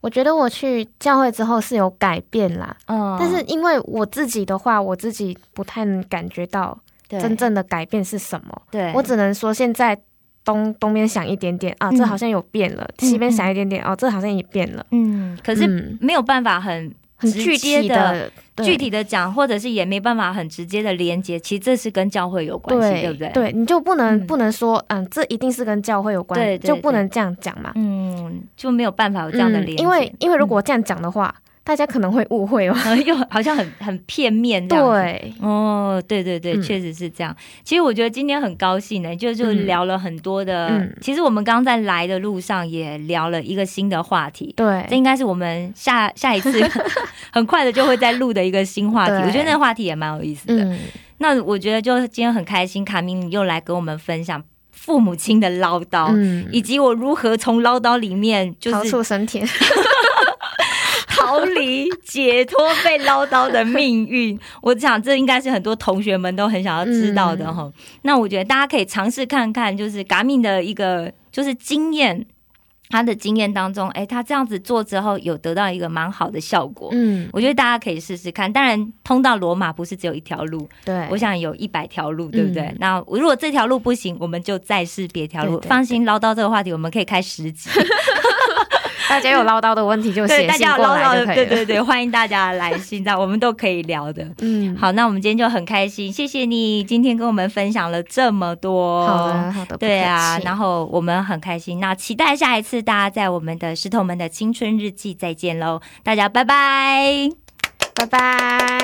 Speaker 3: 我觉得我去教会之后是有改变啦，
Speaker 2: 嗯
Speaker 3: 但是因为我自己的话，我自己不太能感觉到
Speaker 2: 对
Speaker 3: 真正的改变是什么，
Speaker 2: 对
Speaker 3: 我只能说现在。东东边想一点点啊，这
Speaker 2: 嗯
Speaker 3: 好像有变了；
Speaker 2: 嗯
Speaker 3: 西边想一点点，哦，这好像也变了。
Speaker 2: 嗯，可是
Speaker 3: 嗯
Speaker 2: 没有办法很
Speaker 3: 很
Speaker 2: 直
Speaker 3: 具
Speaker 2: 接
Speaker 3: 体
Speaker 2: 的
Speaker 3: 的、对
Speaker 2: 具体的讲，或者是也没办法很直接的连接。其实这是跟教会有关系，
Speaker 3: 对
Speaker 2: 对不对？，
Speaker 3: 对，你就不能、
Speaker 2: 嗯
Speaker 3: 不能说，嗯，这一定是跟教会有关，
Speaker 2: 对对
Speaker 3: 就不能这样讲嘛。嗯
Speaker 2: 嗯，就没有办法有这样的连接，嗯
Speaker 3: 因为因为 如果这样讲的话，大家可能会误会哦。
Speaker 2: 呃又好像很很片面这样子。
Speaker 3: 对，
Speaker 2: 哦，对对对，
Speaker 3: 嗯
Speaker 2: 确实是这样。其实我觉得今天很高兴呢，就就
Speaker 3: 嗯
Speaker 2: 聊了很多的。
Speaker 3: 嗯
Speaker 2: 其实我们刚刚在来的路上也聊了一个新的话题，这
Speaker 3: 对，
Speaker 2: 应该是我们下下一次 很快的就会再录的一个新话题。
Speaker 3: 对
Speaker 2: 我觉得那个话题也蛮有意思的。
Speaker 3: 嗯，
Speaker 2: 那我觉得就今天很开心，卡明又来跟我们分享父母亲的唠叨。
Speaker 3: 嗯，
Speaker 2: 以及我如何从唠叨里面就
Speaker 3: 逃
Speaker 2: 是
Speaker 3: 出升天，
Speaker 2: 逃离、解脱被唠叨的命运。 我想这应该是很多同学们都很想要知道
Speaker 3: 嗯
Speaker 2: 的哈、那我觉得大家可以尝试看看，就是 g a m i 的一个就是经验。他的经验当中，哎，他这样子做之后，有得到一个蛮好的效果。
Speaker 3: 嗯，
Speaker 2: 我觉得大家可以试试看。当然，通到罗马不是只有一条路，
Speaker 3: 对，
Speaker 2: 我想有一百条路，对不对？
Speaker 3: 嗯
Speaker 2: 那如果这条路不行，我们就再试别条路。
Speaker 3: 对对对
Speaker 2: 放心，唠叨这个话题，我们可以开十 集。
Speaker 3: 大家有唠叨的问题就
Speaker 2: 对，
Speaker 3: 写
Speaker 2: 大
Speaker 3: 信
Speaker 2: 家有
Speaker 3: 过
Speaker 2: 唠
Speaker 3: 来
Speaker 2: 叨的，
Speaker 3: 就可以
Speaker 2: 对
Speaker 3: 了。
Speaker 2: 对对，欢迎大家来信，这样我们都可以聊的。
Speaker 3: 嗯，
Speaker 2: 好，那我们今天就很开心，谢谢你今天跟我们分享了这么多。
Speaker 3: 好的，好的，不
Speaker 2: 哦对啊
Speaker 3: 客，气
Speaker 2: 然后我们很开心，那期待下一次大家在我们的石头们的青春日记再见喽，大家拜拜。
Speaker 3: 拜拜。